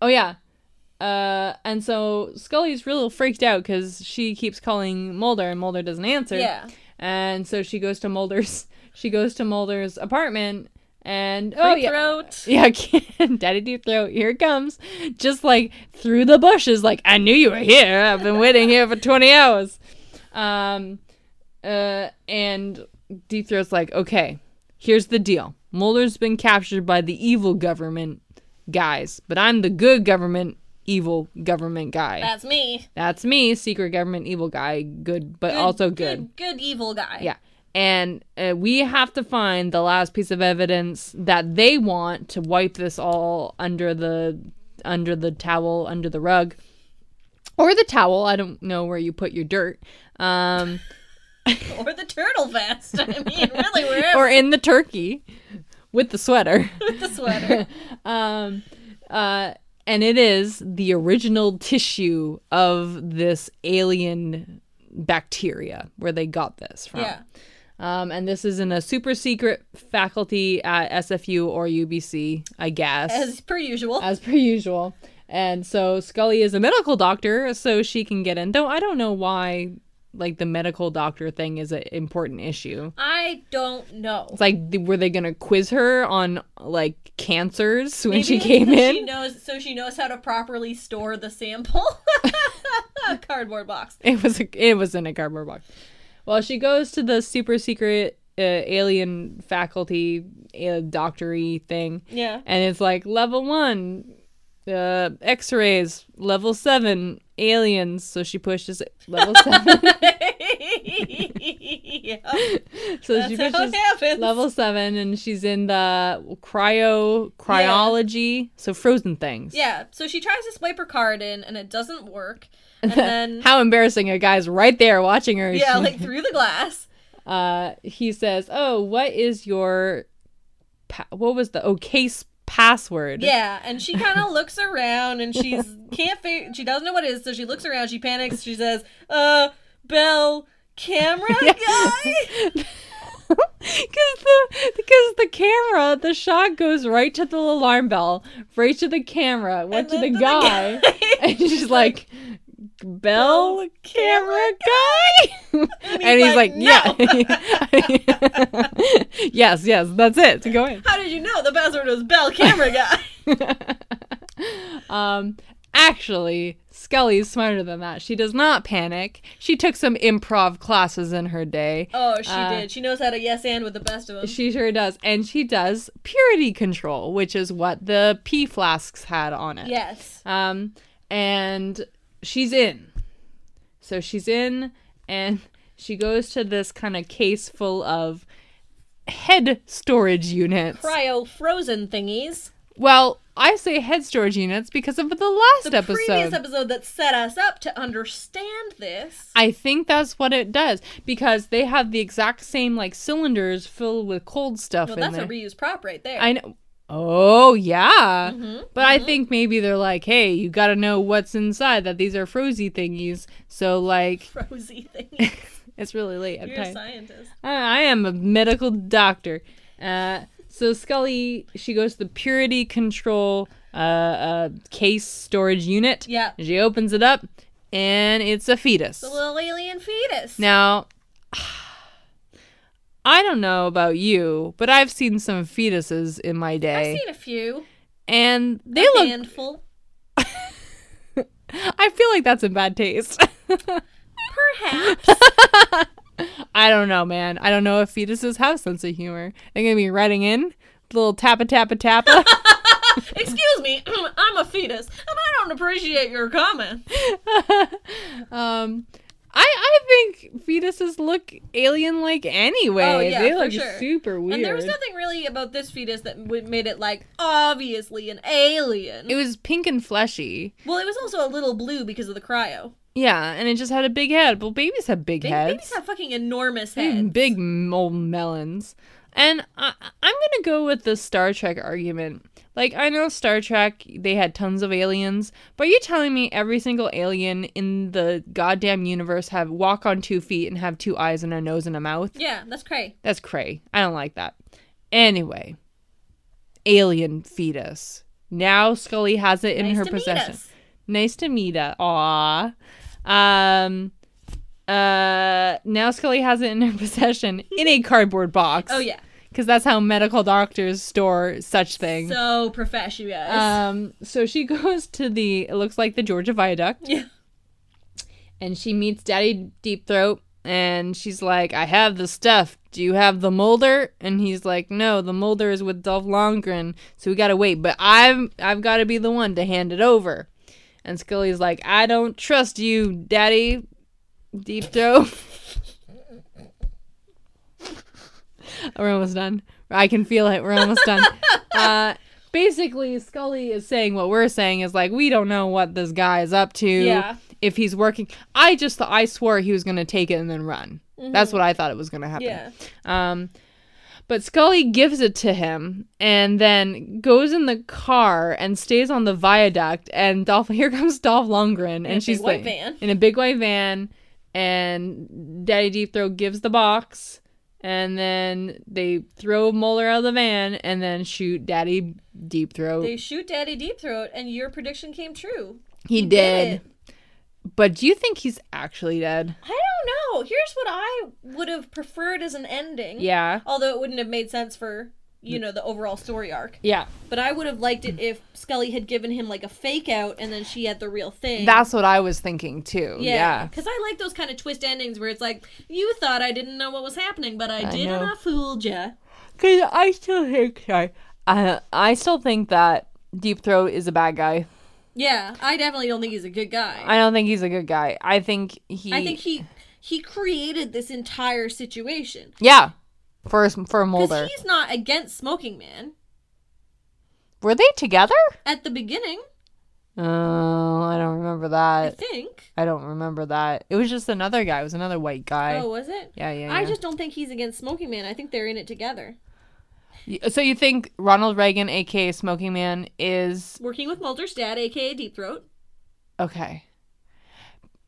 [SPEAKER 2] oh yeah. Uh, and so Scully's real freaked out because she keeps calling Mulder and Mulder doesn't answer.
[SPEAKER 1] yeah.
[SPEAKER 2] And so she goes to Mulder's. She goes to Mulder's apartment, and oh
[SPEAKER 1] Free
[SPEAKER 2] yeah.
[SPEAKER 1] throat.
[SPEAKER 2] Yeah, Daddy Deep Throat, here it comes. Just like through the bushes, like, I knew you were here. I've been waiting here for 20 hours. Um, uh, and Deep Throat's like, okay, here's the deal Mulder's been captured by the evil government guys, but I'm the good government, evil government guy.
[SPEAKER 1] That's me.
[SPEAKER 2] That's me, secret government, evil guy, good, but also good.
[SPEAKER 1] good. evil guy.
[SPEAKER 2] Yeah. And uh, we have to find the last piece of evidence that they want to wipe this all under the under the towel, under the rug, or the towel. I don't know where you put your dirt, um,
[SPEAKER 1] Or the turtle vest. I mean, really, wherever
[SPEAKER 2] or in the turkey with the sweater.
[SPEAKER 1] with the sweater.
[SPEAKER 2] um, uh, and it is the original tissue of this alien bacteria where they got this from.
[SPEAKER 1] Yeah.
[SPEAKER 2] Um, and this is in a super secret faculty at SFU or UBC, I guess, as,
[SPEAKER 1] As per usual.
[SPEAKER 2] per usual. And so Scully is a medical doctor, so she can get in. Though I don't know why, like the medical doctor thing is an important issue.
[SPEAKER 1] I don't know.
[SPEAKER 2] It's like, th- were they gonna quiz her on like cancers when she
[SPEAKER 1] Maybe it's
[SPEAKER 2] came
[SPEAKER 1] so
[SPEAKER 2] in?
[SPEAKER 1] She knows, so she knows how to properly store the sample. Cardboard box.
[SPEAKER 2] It was a, it was in a cardboard box. Well, she goes to the super secret uh, alien faculty uh, doctory thing.
[SPEAKER 1] Yeah.
[SPEAKER 2] and it's like level one uh x-rays level seven aliens so she pushes it- level seven
[SPEAKER 1] yeah.
[SPEAKER 2] So
[SPEAKER 1] That's
[SPEAKER 2] she
[SPEAKER 1] how it
[SPEAKER 2] finishes
[SPEAKER 1] happens.
[SPEAKER 2] level seven, and she's in the cryo cryology, so frozen things.
[SPEAKER 1] Yeah. So she tries to swipe her card in, and it doesn't work. And then
[SPEAKER 2] How embarrassing! A guy's right there watching her.
[SPEAKER 1] yeah,
[SPEAKER 2] She-
[SPEAKER 1] like through the glass.
[SPEAKER 2] uh, he says, "Oh, what is your, pa- what was the oh case password?"
[SPEAKER 1] Yeah, and she kind of looks around, and she's can't figure. She doesn't know what it is, so she looks around. She panics. She says, "Uh, Bell." Camera guy?
[SPEAKER 2] Because the because the camera, the shot goes right to the alarm bell, right to the camera, went to
[SPEAKER 1] then
[SPEAKER 2] the
[SPEAKER 1] to the
[SPEAKER 2] guy, and she's like, "Bell camera guy," and he's, like,
[SPEAKER 1] like,
[SPEAKER 2] "Yeah, yes, yes, that's it. Go in."
[SPEAKER 1] How did you know the password was Bell Camera Guy?
[SPEAKER 2] Um, actually, Scully's smarter than that. She does not panic. She took some improv classes in her day.
[SPEAKER 1] Oh, she
[SPEAKER 2] Uh,
[SPEAKER 1] did. She knows how to yes and with the best of them.
[SPEAKER 2] She sure does. And she does purity control, which is what the pee flasks had on it.
[SPEAKER 1] yes.
[SPEAKER 2] Um, and she's in. So she's in, and she goes to this kind of case full of head storage units.
[SPEAKER 1] Cryo frozen thingies.
[SPEAKER 2] Well, I say head storage units because of the last
[SPEAKER 1] The previous episode that set us up to understand this.
[SPEAKER 2] I think that's what it does because they have the exact same like cylinders filled with cold stuff
[SPEAKER 1] Well,
[SPEAKER 2] in
[SPEAKER 1] that's
[SPEAKER 2] there.
[SPEAKER 1] a reuse prop right there.
[SPEAKER 2] I know. Oh yeah,
[SPEAKER 1] Mm-hmm,
[SPEAKER 2] but I think maybe they're like, hey, you got to know what's inside. That these are frozy thingies. So like,
[SPEAKER 1] Frozy thingies.
[SPEAKER 2] it's really late. at
[SPEAKER 1] You're a
[SPEAKER 2] night.
[SPEAKER 1] scientist.
[SPEAKER 2] I I am a medical doctor. Uh, so Scully, she goes to the purity control uh, uh, case storage unit.
[SPEAKER 1] Yeah.
[SPEAKER 2] She opens it up, and it's a fetus.
[SPEAKER 1] The little alien fetus.
[SPEAKER 2] Now, I don't know about you, but I've seen some fetuses in my day,
[SPEAKER 1] I've seen a few.
[SPEAKER 2] and they
[SPEAKER 1] a
[SPEAKER 2] look.
[SPEAKER 1] handful.
[SPEAKER 2] I feel like that's in bad taste.
[SPEAKER 1] Perhaps.
[SPEAKER 2] I don't know, man. I don't know if fetuses have sense of humor. They're gonna be writing in little tappa tappa tappa.
[SPEAKER 1] Excuse me, I'm a fetus, and I don't appreciate your comment.
[SPEAKER 2] um, I I think fetuses look alien like anyway.
[SPEAKER 1] Oh, yeah,
[SPEAKER 2] they
[SPEAKER 1] for
[SPEAKER 2] look
[SPEAKER 1] sure.
[SPEAKER 2] super weird.
[SPEAKER 1] And there was nothing really about this fetus that would made it like obviously an alien.
[SPEAKER 2] it was pink and fleshy.
[SPEAKER 1] well, it was also a little blue because of the cryo.
[SPEAKER 2] Yeah, and it just had a big head. Well, babies have big
[SPEAKER 1] Big,
[SPEAKER 2] heads.
[SPEAKER 1] babies have fucking enormous
[SPEAKER 2] Mm,
[SPEAKER 1] heads.
[SPEAKER 2] Big m- old melons. And I, I'm going to go with the Star Trek argument. Like, I know Star Trek, they had tons of aliens, but are you telling me every single alien in the goddamn universe have walk on two feet and have two eyes and a nose and a mouth?
[SPEAKER 1] Yeah, that's cray.
[SPEAKER 2] That's cray. I don't like that. Anyway, alien fetus. Now Scully has it in
[SPEAKER 1] Nice
[SPEAKER 2] her
[SPEAKER 1] to meet
[SPEAKER 2] possession.
[SPEAKER 1] us.
[SPEAKER 2] Nice to meet us. Aw. Um. Uh. Now Scully has it in her possession in a cardboard box.
[SPEAKER 1] Oh yeah,
[SPEAKER 2] Because that's how medical doctors store such things.
[SPEAKER 1] so professional. guys.
[SPEAKER 2] um. So she goes to the. It looks like the Georgia Viaduct
[SPEAKER 1] yeah,
[SPEAKER 2] and she meets Daddy Deep Throat, and she's like, "I have the stuff. Do you have the Molder?" And he's like, "No, the Molder is with Dolph Lundgren, so we gotta wait. But I've I've got to be the one to hand it over." And Scully's like, "I don't trust you, Daddy Deep Throat." We're almost done. I can feel it. We're almost done. Uh, basically, Scully is saying what we're saying is like we don't know what this guy is up to.
[SPEAKER 1] Yeah.
[SPEAKER 2] If he's working, I just I swore he was gonna take it and then run. That's what I thought it was gonna happen.
[SPEAKER 1] Mm-hmm. yeah.
[SPEAKER 2] Um, but Scully gives it to him and then goes in the car and stays on the viaduct. And Dolph, here comes Dolph Lundgren, and
[SPEAKER 1] a
[SPEAKER 2] she's
[SPEAKER 1] big white
[SPEAKER 2] like
[SPEAKER 1] van.
[SPEAKER 2] in a big white van. And Daddy Deep Throat gives the box, and then they throw Moeller out of the van, and then shoot Daddy Deep Throat.
[SPEAKER 1] They shoot Daddy Deep Throat, and your prediction came true.
[SPEAKER 2] he did.
[SPEAKER 1] did
[SPEAKER 2] But do you think he's actually dead?
[SPEAKER 1] I don't know. Here's what I would have preferred as an ending.
[SPEAKER 2] Yeah.
[SPEAKER 1] Although it wouldn't have made sense for you know the overall story arc.
[SPEAKER 2] Yeah.
[SPEAKER 1] But I would have liked it if Scully had given him like a fake out, and then she had the real thing.
[SPEAKER 2] That's what I was thinking too.
[SPEAKER 1] yeah. Because I like those kind of twist endings where it's like you thought I didn't know what was happening, but I, did,
[SPEAKER 2] know.
[SPEAKER 1] and I fooled you.
[SPEAKER 2] Cause I still think sorry, I I still think that Deep Throat is a bad guy.
[SPEAKER 1] Yeah, I definitely don't think he's a good guy.
[SPEAKER 2] I don't think he's a good guy. I think he.
[SPEAKER 1] I think he he created this entire situation.
[SPEAKER 2] Yeah. For for Mulder.
[SPEAKER 1] Because he's not against Smoking Man.
[SPEAKER 2] Were they together?
[SPEAKER 1] At the beginning,
[SPEAKER 2] Oh, I don't remember
[SPEAKER 1] I
[SPEAKER 2] that.
[SPEAKER 1] think.
[SPEAKER 2] I don't remember that. It was just another guy. It was another white guy.
[SPEAKER 1] oh, was it?
[SPEAKER 2] Yeah, yeah,
[SPEAKER 1] I
[SPEAKER 2] yeah.
[SPEAKER 1] just don't think he's against Smoking Man. I think they're in it together.
[SPEAKER 2] Y- So you think Ronald Reagan, aka Smoking Man, is
[SPEAKER 1] Working with Mulder's dad, aka Deep Throat.
[SPEAKER 2] okay?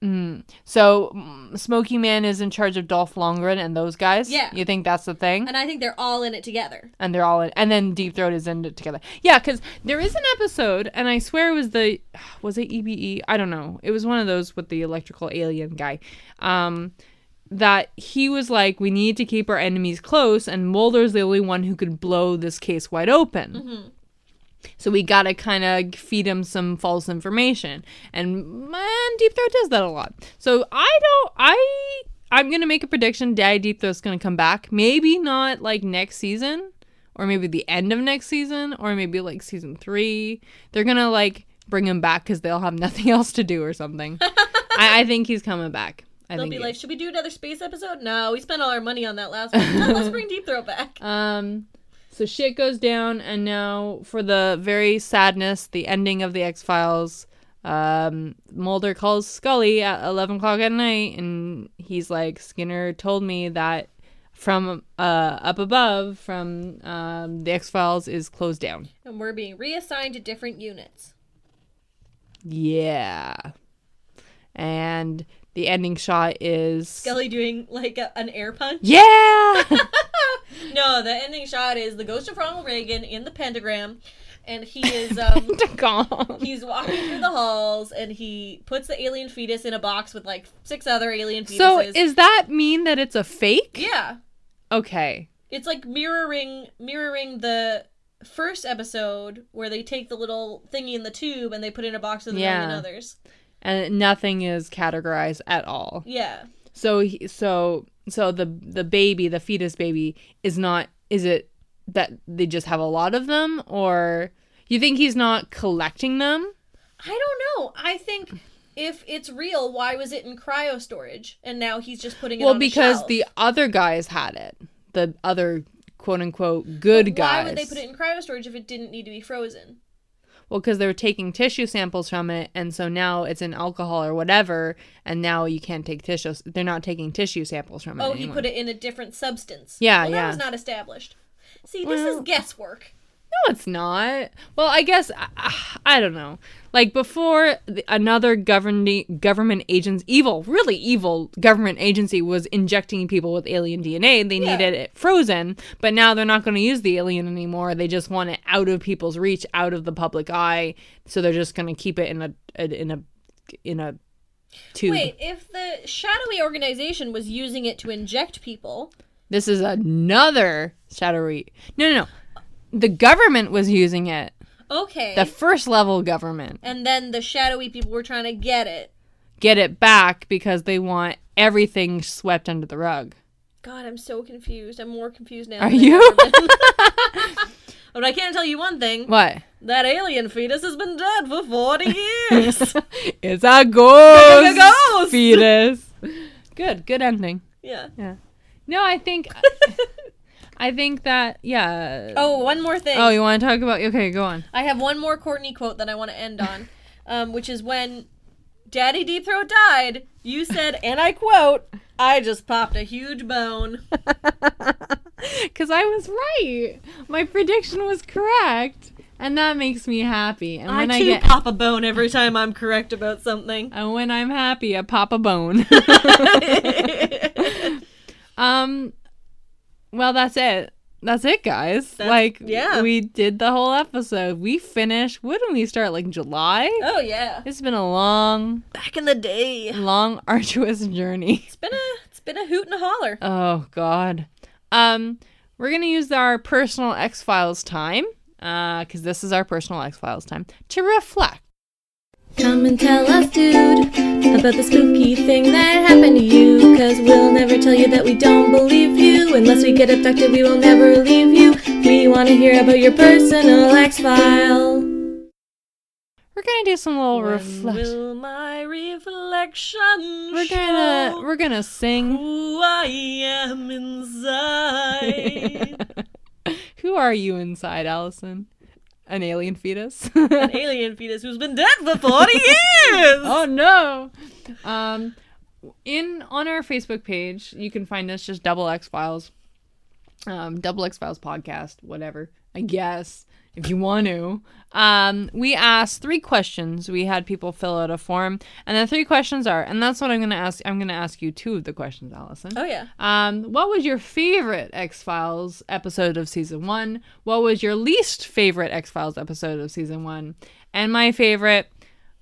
[SPEAKER 2] Mm. So mm, Smoking Man is in charge of Dolph Lundgren and those guys.
[SPEAKER 1] Yeah.
[SPEAKER 2] you think that's the thing?
[SPEAKER 1] And I think they're all in it together.
[SPEAKER 2] and they're all in, and then Deep Throat is in it together. Yeah, because there is an episode, and I swear it was the was it EBE? I don't know. It was one of those with the electrical alien guy. Um, that he was like, we need to keep our enemies close, and Mulder's the only one who could blow this case wide open.
[SPEAKER 1] Mm-hmm.
[SPEAKER 2] So we gotta kind of feed him some false information, and man, Deep Throat does that a lot. So I don't, I, I'm gonna make a prediction. Daddy Deep Throat's gonna come back. Maybe not like next season, or maybe the end of next season, or maybe like season three. They're gonna like bring him back because they'll have nothing else to do or something. I, I think he's coming back. I
[SPEAKER 1] They'll
[SPEAKER 2] think
[SPEAKER 1] be
[SPEAKER 2] he-
[SPEAKER 1] like, should we do another space episode? No, we spent all our money on that last one. No, let's bring Deep Throat back.
[SPEAKER 2] Um, so shit goes down, and now for the very sadness, the ending of the X Files. Um, Mulder calls Scully at eleven o'clock at night, and he's like, "Skinner told me that from uh up above from um the X Files is closed down."
[SPEAKER 1] And we're being reassigned to different units.
[SPEAKER 2] Yeah, and the ending shot is
[SPEAKER 1] Skelly doing like a, an air punch.
[SPEAKER 2] yeah.
[SPEAKER 1] No, the ending shot is the ghost of Ronald Reagan in the pentagram, and he is um
[SPEAKER 2] Pentagon.
[SPEAKER 1] he's walking through the halls, and he puts the alien fetus in a box with like six other alien fetuses.
[SPEAKER 2] So is that mean that it's a fake?
[SPEAKER 1] yeah,
[SPEAKER 2] Okay.
[SPEAKER 1] it's like mirroring mirroring the first episode where they take the little thingy in the tube and they put it in a box with a million
[SPEAKER 2] Yeah.
[SPEAKER 1] others.
[SPEAKER 2] and nothing is categorized at all.
[SPEAKER 1] Yeah,
[SPEAKER 2] So he, so so the the baby, the fetus baby, is not. Is it that they just have a lot of them, or you think he's not collecting them?
[SPEAKER 1] I don't know. I think. If it's real, why was it in cryo storage? And now he's just putting it
[SPEAKER 2] well,
[SPEAKER 1] on a
[SPEAKER 2] because
[SPEAKER 1] shelf.
[SPEAKER 2] the other guys had it. The other quote unquote good
[SPEAKER 1] But
[SPEAKER 2] guys.
[SPEAKER 1] Why would they put it in cryo storage if it didn't need to be frozen?
[SPEAKER 2] Well, because they were taking tissue samples from it, and so now it's in alcohol or whatever, and now you can't take tissue. They're not taking tissue samples from it.
[SPEAKER 1] Oh, he
[SPEAKER 2] anymore.
[SPEAKER 1] put it in a different substance.
[SPEAKER 2] Yeah,
[SPEAKER 1] well,
[SPEAKER 2] yeah.
[SPEAKER 1] That was not established. See, this is guesswork.
[SPEAKER 2] No, it's not. Well, I guess I, I don't know. Like before, the, another governing government agents, evil, really evil government agency was injecting people with alien DNA. They needed it frozen, but now they're not going to use the alien anymore. They just want it out of people's reach, out of the public eye. So they're just going to keep it in a, in a in a tube.
[SPEAKER 1] Wait, if the shadowy organization was using it to inject people,
[SPEAKER 2] This is another shadowy. No, no, no. The government was using it.
[SPEAKER 1] okay.
[SPEAKER 2] The first level government.
[SPEAKER 1] and then the shadowy people were trying to get it.
[SPEAKER 2] get it back because they want everything swept under the rug.
[SPEAKER 1] God, I'm so confused. I'm more confused now.
[SPEAKER 2] Are
[SPEAKER 1] than I've
[SPEAKER 2] you?
[SPEAKER 1] ever been. but I can tell you one thing.
[SPEAKER 2] What?
[SPEAKER 1] That alien fetus has been dead for 40 years.
[SPEAKER 2] It's a ghost.
[SPEAKER 1] It's a ghost.
[SPEAKER 2] Fetus. Good. Good ending.
[SPEAKER 1] yeah.
[SPEAKER 2] No, I think. I think that yeah.
[SPEAKER 1] Oh, one more thing.
[SPEAKER 2] Oh, you want to talk about? Okay, go on.
[SPEAKER 1] I have one more Courtney quote that I want to end on, um, which is when Daddy Deep Throat died, you said, and I quote, I just popped a huge bone.
[SPEAKER 2] Because I was right. My prediction was correct, and that makes me happy. And
[SPEAKER 1] I
[SPEAKER 2] when
[SPEAKER 1] too
[SPEAKER 2] I, get
[SPEAKER 1] pop a bone every time I'm correct about something.
[SPEAKER 2] and when I'm happy, I pop a bone. Um. Well, that's it. That's it, guys. like,
[SPEAKER 1] yeah.
[SPEAKER 2] we did the whole episode. We finished. When did we start? Like July.
[SPEAKER 1] oh, yeah.
[SPEAKER 2] It's been a long,
[SPEAKER 1] Back in the day.
[SPEAKER 2] long, arduous journey.
[SPEAKER 1] It's been a, it's been a hoot and a holler.
[SPEAKER 2] Oh God. Um, we're gonna use our personal X Files time, uh, because this is our personal X Files time to reflect.
[SPEAKER 3] Come and tell us, dude, about the spooky thing that happened to you. Cause we'll never tell you that we don't believe you. Unless we get abducted, we will never leave you. We wanna hear about your personal X file.
[SPEAKER 2] We're gonna gonna do some little
[SPEAKER 1] When
[SPEAKER 2] reflection.
[SPEAKER 1] will my reflection
[SPEAKER 2] We're gonna
[SPEAKER 1] show
[SPEAKER 2] we're gonna sing.
[SPEAKER 1] who I am inside?
[SPEAKER 2] Who are you inside, Allison? An alien fetus?
[SPEAKER 1] An alien fetus who's been dead for 40 years!
[SPEAKER 2] oh no. Um, in on our Facebook page, you can find us just double X Files, um, double X Files podcast, whatever. I guess if you want to. Um, we asked three questions. We had people fill out a form, and the three questions are, and that's what I'm gonna ask. I'm gonna ask you two of the questions, Allison.
[SPEAKER 1] Oh, yeah.
[SPEAKER 2] Um, what was your favorite X Files episode of season one? What was your least favorite X Files episode of season one? And my favorite,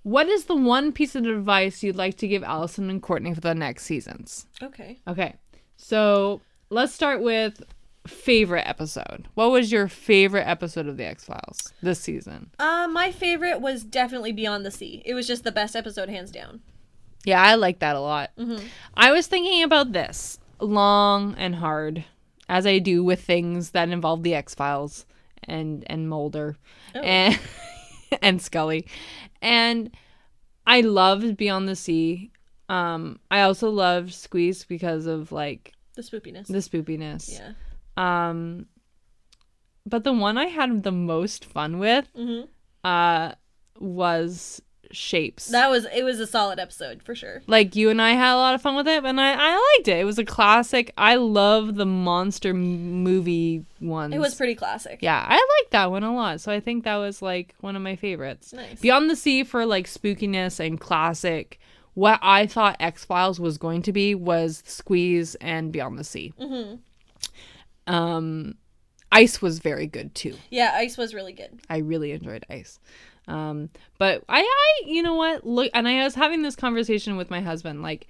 [SPEAKER 2] what is the one piece of advice you'd like to give Allison and Courtney for the next seasons?
[SPEAKER 1] Okay.
[SPEAKER 2] Okay, so let's start with favorite episode. What was your favorite episode of the X Files this season?
[SPEAKER 1] Uh, my favorite was definitely Beyond the Sea. It was just the best episode, hands down.
[SPEAKER 2] Yeah, I like that a lot.
[SPEAKER 1] Mm-hmm.
[SPEAKER 2] I was thinking about this long and hard, as I do with things that involve the X Files and and Mulder
[SPEAKER 1] Oh.
[SPEAKER 2] and and Scully, and I loved Beyond the Sea. Um, I also loved Squeeze because of like
[SPEAKER 1] The spoopiness.
[SPEAKER 2] the spoopiness.
[SPEAKER 1] Yeah.
[SPEAKER 2] Um, but the one I had the most fun with
[SPEAKER 1] Mm-hmm.
[SPEAKER 2] uh, was Shapes
[SPEAKER 1] That was, it was a solid episode, for sure.
[SPEAKER 2] like you and I had a lot of fun with it, and I, I liked it. It was a classic. I love the monster m- movie ones.
[SPEAKER 1] It was pretty classic.
[SPEAKER 2] yeah, I like that one a lot. So I think that was like one of my favorites.
[SPEAKER 1] Nice.
[SPEAKER 2] Beyond the Sea for like spookiness and classic. What I thought X Files was going to be was Squeeze and Beyond the Sea. Mm-hmm.
[SPEAKER 1] Mm-hmm.
[SPEAKER 2] Um, Ice was very good too.
[SPEAKER 1] Yeah, Ice was really good.
[SPEAKER 2] I really enjoyed Ice. Um, but I, I, you know what? Look, and I was having this conversation with my husband. Like,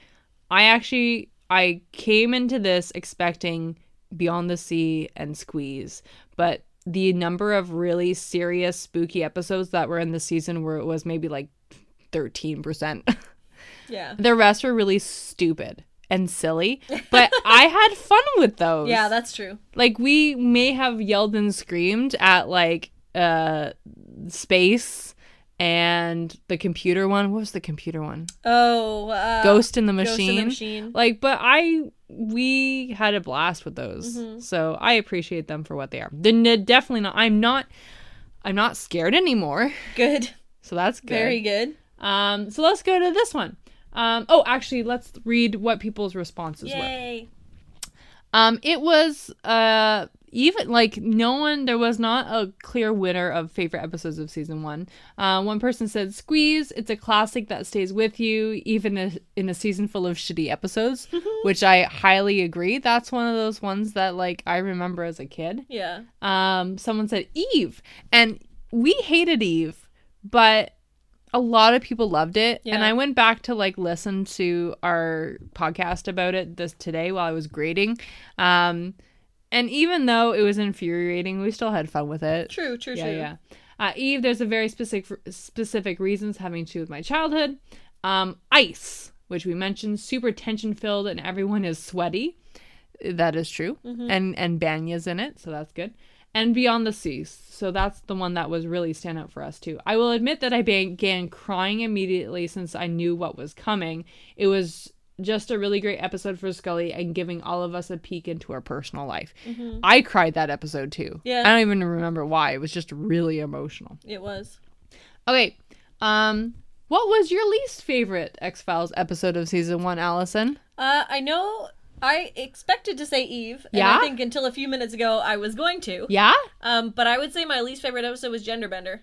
[SPEAKER 2] I actually, I came into this expecting Beyond the Sea and Squeeze, but the number of really serious, spooky episodes that were in the season where it was maybe like thirteen percent.
[SPEAKER 1] Yeah.
[SPEAKER 2] the rest were really stupid and silly, but I had fun with those
[SPEAKER 1] Yeah, that's true.
[SPEAKER 2] like we may have yelled and screamed at like uh space and the computer one what was the computer one
[SPEAKER 1] Oh, uh,
[SPEAKER 2] ghost in the
[SPEAKER 1] Ghost in
[SPEAKER 2] machine
[SPEAKER 1] the Machine.
[SPEAKER 2] like but i we had a blast with those
[SPEAKER 1] Mm-hmm.
[SPEAKER 2] so i appreciate them for what they are they're n- definitely not i'm not i'm not scared anymore
[SPEAKER 1] Good.
[SPEAKER 2] so that's good
[SPEAKER 1] Very good.
[SPEAKER 2] um so let's go to this one um oh actually let's read what people's responses were
[SPEAKER 1] Yay.
[SPEAKER 2] Um, it was uh even like no one there was not a clear winner of favorite episodes of season one. Uh, one person said Squeeze. It's a classic that stays with you even i- in a season full of shitty episodes, which I highly agree. That's one of those ones that like I remember as a kid.
[SPEAKER 1] Yeah.
[SPEAKER 2] Um, someone said Eve, and we hated Eve, but a lot of people loved it. And
[SPEAKER 1] Yeah.
[SPEAKER 2] I went back to like listen to our podcast about it this today while I was grading. Um, and even though it was infuriating, we still had fun with it.
[SPEAKER 1] True, true,
[SPEAKER 2] Yeah,
[SPEAKER 1] true.
[SPEAKER 2] yeah. Uh, Eve, there's a very specific specific reasons having to do with my childhood. Um, ice, which we mentioned, super tension filled, and everyone is sweaty. That is true. And and Banya's in it, so that's good. And Beyond the Sea. So that's the one that was really stand out for us too. I will admit that I began crying immediately since I knew what was coming. It was just a really great episode for Scully and giving all of us a peek into her personal life. I cried that episode too.
[SPEAKER 1] Yeah.
[SPEAKER 2] I don't even remember why. It was just really emotional.
[SPEAKER 1] It was.
[SPEAKER 2] Okay. Um what was your least favorite X-Files episode of season 1, Allison?
[SPEAKER 1] Uh, I know I expected to say Eve. And
[SPEAKER 2] Yeah?
[SPEAKER 1] I think until a few minutes ago I was going to.
[SPEAKER 2] Yeah?
[SPEAKER 1] Um, but I would say my least favorite episode was Genderbender.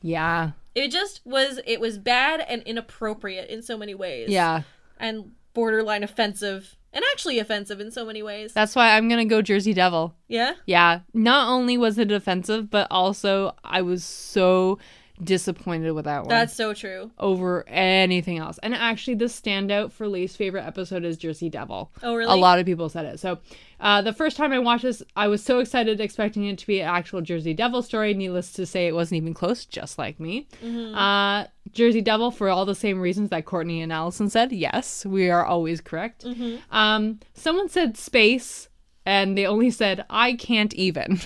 [SPEAKER 2] Yeah.
[SPEAKER 1] It just was it was bad and inappropriate in so many ways.
[SPEAKER 2] Yeah.
[SPEAKER 1] And borderline offensive and actually offensive in so many ways.
[SPEAKER 2] That's why I'm going to go Jersey Devil.
[SPEAKER 1] yeah?
[SPEAKER 2] Yeah, not only was it offensive, but also I was so disappointed with that one
[SPEAKER 1] That's so true.
[SPEAKER 2] over anything else. And actually, the standout for least favorite episode is Jersey Devil.
[SPEAKER 1] Oh, really?
[SPEAKER 2] A lot of people said it. So, uh, the first time I watched this, I was so excited, expecting it to be an actual Jersey Devil story. Needless to say, it wasn't even close, just like me.
[SPEAKER 1] Mm-hmm.
[SPEAKER 2] Uh, Jersey Devil, for all the same reasons that Courtney and Allison said. Yes, we are always correct.
[SPEAKER 1] Mm-hmm.
[SPEAKER 2] Um, someone said space, and they only said, I can't even.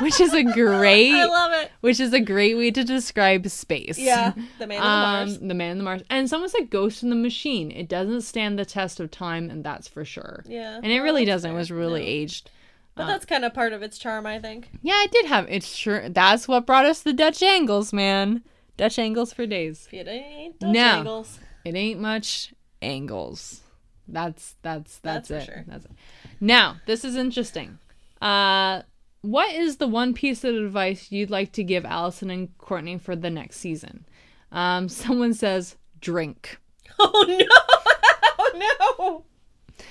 [SPEAKER 2] which is a great
[SPEAKER 1] I love it.
[SPEAKER 2] which is a great way to describe space.
[SPEAKER 1] Yeah, the man on the Mars.
[SPEAKER 2] Um, the man in the Mars, and someone said Ghost in the Machine. It doesn't stand the test of time, and that's for sure.
[SPEAKER 1] Yeah,
[SPEAKER 2] and it
[SPEAKER 1] no,
[SPEAKER 2] really
[SPEAKER 1] that's
[SPEAKER 2] doesn't. It
[SPEAKER 1] fair.
[SPEAKER 2] was really
[SPEAKER 1] No.
[SPEAKER 2] aged. uh,
[SPEAKER 1] But that's kind of part of its charm, I think.
[SPEAKER 2] Yeah, it did have. It's sure that's what brought us the Dutch angles, man. Dutch angles for days.
[SPEAKER 1] If it ain't
[SPEAKER 2] No.
[SPEAKER 1] Dutch angles.
[SPEAKER 2] It ain't much angles. That's that's that's,
[SPEAKER 1] That's for
[SPEAKER 2] it.
[SPEAKER 1] sure.
[SPEAKER 2] That's it. Now this is interesting. Uh, what is the one piece of advice you'd like to give Allison and Courtney for the next season? Um, someone says drink.
[SPEAKER 1] Oh no! oh no!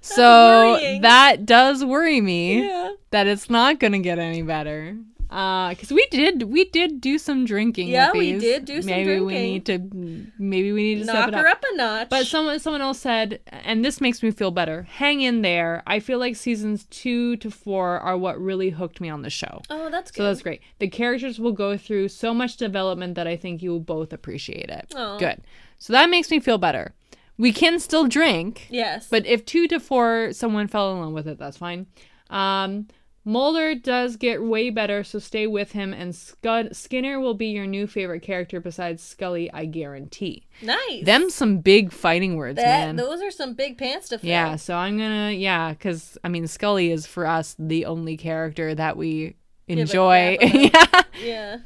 [SPEAKER 2] so
[SPEAKER 1] worrying.
[SPEAKER 2] that does worry me
[SPEAKER 1] Yeah.
[SPEAKER 2] that it's not gonna get any better. Because we did we did do some drinking.
[SPEAKER 1] Yeah,
[SPEAKER 2] with
[SPEAKER 1] we
[SPEAKER 2] these.
[SPEAKER 1] did do some
[SPEAKER 2] maybe we
[SPEAKER 1] drinking.
[SPEAKER 2] need to maybe we need to step
[SPEAKER 1] Knock
[SPEAKER 2] it
[SPEAKER 1] her up a notch.
[SPEAKER 2] But someone someone else said, and this makes me feel better. Hang in there. I feel like seasons two to four are what really hooked me on the show.
[SPEAKER 1] oh, that's good.
[SPEAKER 2] So that's great. The characters will go through so much development that I think you will both appreciate it.
[SPEAKER 1] Aw.
[SPEAKER 2] Good. So that makes me feel better. We can still drink,
[SPEAKER 1] yes.
[SPEAKER 2] but if two to four someone fell in love with it, that's fine. Um, Mulder does get way better, so stay with him. And Scud- Skinner will be your new favorite character besides Scully, I guarantee.
[SPEAKER 1] nice.
[SPEAKER 2] Them some big fighting words,
[SPEAKER 1] that
[SPEAKER 2] man.
[SPEAKER 1] those are some big pants to fill.
[SPEAKER 2] yeah, so I'm gonna yeah, because I mean Scully is for us the only character that we
[SPEAKER 1] a crap
[SPEAKER 2] enjoy.
[SPEAKER 1] about.
[SPEAKER 2] yeah,
[SPEAKER 1] Yeah.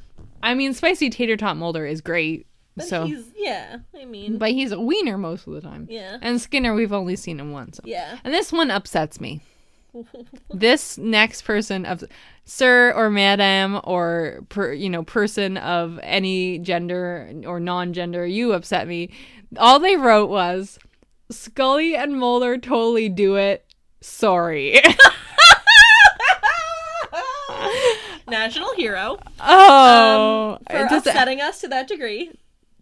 [SPEAKER 2] I mean spicy tater tot Mulder is great.
[SPEAKER 1] But
[SPEAKER 2] so,
[SPEAKER 1] he's yeah. I mean,
[SPEAKER 2] but he's a wiener most of the time.
[SPEAKER 1] Yeah.
[SPEAKER 2] and Skinner we've only seen him once.
[SPEAKER 1] yeah.
[SPEAKER 2] and this one upsets me. this next person of sir or madam or per, you know person of any gender or non-gender you upset me all they wrote was scully and mulder totally do it sorry
[SPEAKER 1] National hero
[SPEAKER 2] oh
[SPEAKER 1] for
[SPEAKER 2] it does-
[SPEAKER 1] upsetting us to that degree.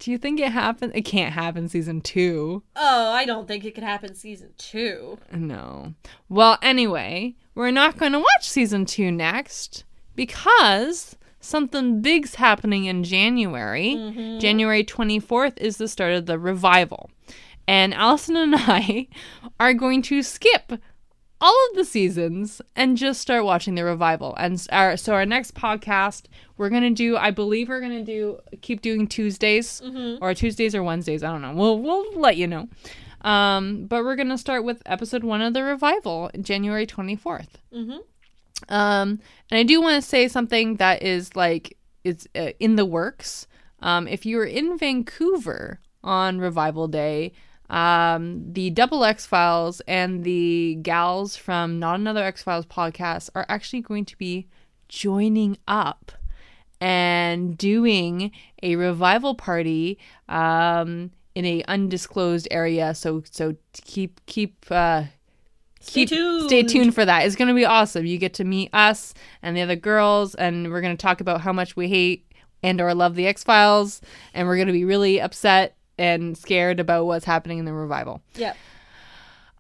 [SPEAKER 2] do you think it happened it can't happen season two
[SPEAKER 1] Oh, I don't think it could happen season two.
[SPEAKER 2] No. Well, anyway, we're not going to watch season two next because something big's happening in January. January 24th is the start of the revival. And Allison and I are going to skip all of the seasons and just start watching the revival. And s- our, so our next podcast, we're gonna do. I believe we're gonna do keep doing Tuesdays or Tuesdays or Wednesdays. I don't know. We'll we'll let you know. Um, but we're gonna start with episode one of the revival, January twenty um, and I do want to say something that is like it's uh, in the works. Um, if you are in Vancouver on Revival Day, um, the Double X Files and the gals from Not Another X Files podcast are actually going to be joining up and doing a revival party um, in a undisclosed area. So so keep keep. Uh, keep
[SPEAKER 1] tuned.
[SPEAKER 2] stay tuned for that. It's going to be awesome. You get to meet us and the other girls and we're going to talk about how much we hate and or love the X-Files and we're going to be really upset and scared about what's happening in the revival.
[SPEAKER 1] Yep.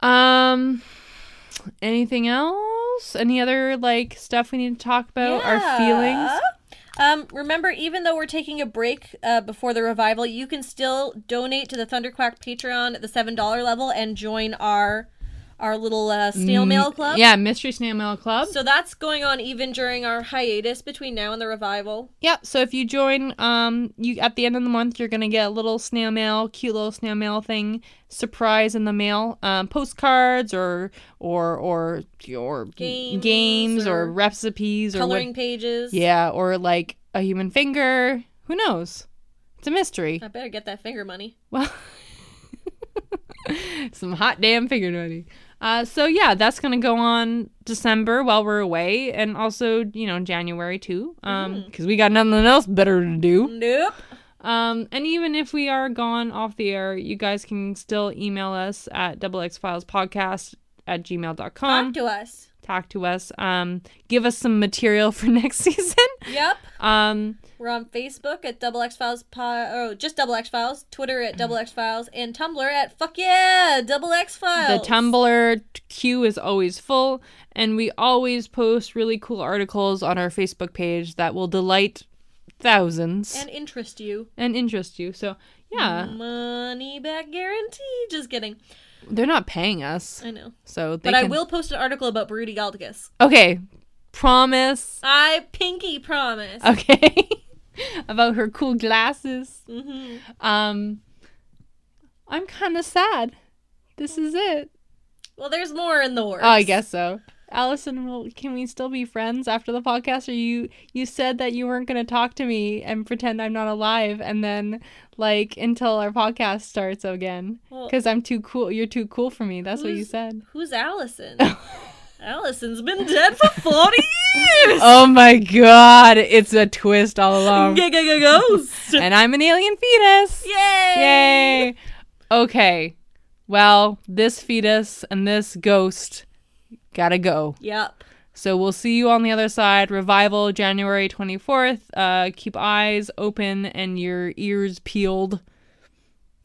[SPEAKER 2] Um anything else? Any other like stuff we need to talk about? Our feelings?
[SPEAKER 1] Um, remember, even though we're taking a break uh, before the revival, you can still donate to the Thunderquack Patreon at the seven dollar level and join our our little uh, snail mail club.
[SPEAKER 2] Mm, Yeah, Mystery Snail Mail Club.
[SPEAKER 1] So that's going on even during our hiatus between now and the revival.
[SPEAKER 2] Yeah, so if you join, um, you at the end of the month, you're gonna get a little snail mail, cute little snail mail thing, surprise in the mail, um, postcards or or or or
[SPEAKER 1] Games
[SPEAKER 2] games or,
[SPEAKER 1] or
[SPEAKER 2] recipes or what-
[SPEAKER 1] Coloring pages.
[SPEAKER 2] yeah, or like a human finger. Who knows? It's a mystery.
[SPEAKER 1] I better get that finger money.
[SPEAKER 2] Well, some hot damn figure money. Uh, so yeah, that's gonna go on December while we're away, and also you know January too, um,
[SPEAKER 1] Mm.
[SPEAKER 2] because we got nothing else better to do.
[SPEAKER 1] Nope.
[SPEAKER 2] Um, and even if we are gone off the air, you guys can still email us at double x files podcast at gmail.com.
[SPEAKER 1] Talk to us.
[SPEAKER 2] Talk to us. Um, give us some material for next season.
[SPEAKER 1] Yep.
[SPEAKER 2] Um,
[SPEAKER 1] We're on Facebook at Double X Files, po- oh, just Double X Files, Twitter at Double X Files, and Tumblr at Fuck Yeah Double X
[SPEAKER 2] the
[SPEAKER 1] Files.
[SPEAKER 2] Tumblr queue is always full, and we always post really cool articles on our Facebook page that will delight thousands
[SPEAKER 1] and Mm.
[SPEAKER 2] and,
[SPEAKER 1] interest you.
[SPEAKER 2] interest you. So, yeah,
[SPEAKER 1] Money back guarantee. Just kidding.
[SPEAKER 2] they're not paying us,
[SPEAKER 1] I know,
[SPEAKER 2] so they
[SPEAKER 1] but I
[SPEAKER 2] can-
[SPEAKER 1] will post an article about Broody Galticus.
[SPEAKER 2] Okay, promise.
[SPEAKER 1] I pinky promise.
[SPEAKER 2] Okay. About her cool glasses.
[SPEAKER 1] Mhm.
[SPEAKER 2] Um I'm kind of sad. This is it.
[SPEAKER 1] Well, there's more in the works.
[SPEAKER 2] Oh, I guess so. Allison, will, can we still be friends after the podcast? Or you you said that you weren't going to talk to me and pretend I'm not alive, and then like until our podcast starts again
[SPEAKER 1] Well-
[SPEAKER 2] because I'm too cool. You're too cool for me. That's what you
[SPEAKER 1] Who's-
[SPEAKER 2] said.
[SPEAKER 1] Who's Allison? Allison's been dead for 40 years.
[SPEAKER 2] Oh my god! It's a twist all along,
[SPEAKER 1] Giga giga ghost.
[SPEAKER 2] and I'm an alien fetus.
[SPEAKER 1] Yay!
[SPEAKER 2] Yay! Okay, well this fetus and this ghost gotta go.
[SPEAKER 1] Yep.
[SPEAKER 2] So we'll see you on the other side. Revival January 24th. Uh, keep eyes open and your ears peeled.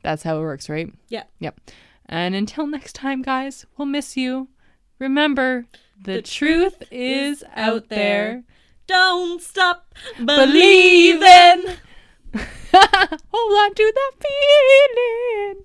[SPEAKER 2] That's how it works, right?
[SPEAKER 1] Yep.
[SPEAKER 2] Yep. And until next time, guys, we'll miss you. Remember, the, truth, is out there.
[SPEAKER 1] Don't stop believing.
[SPEAKER 2] Believing. Hold on to that feeling.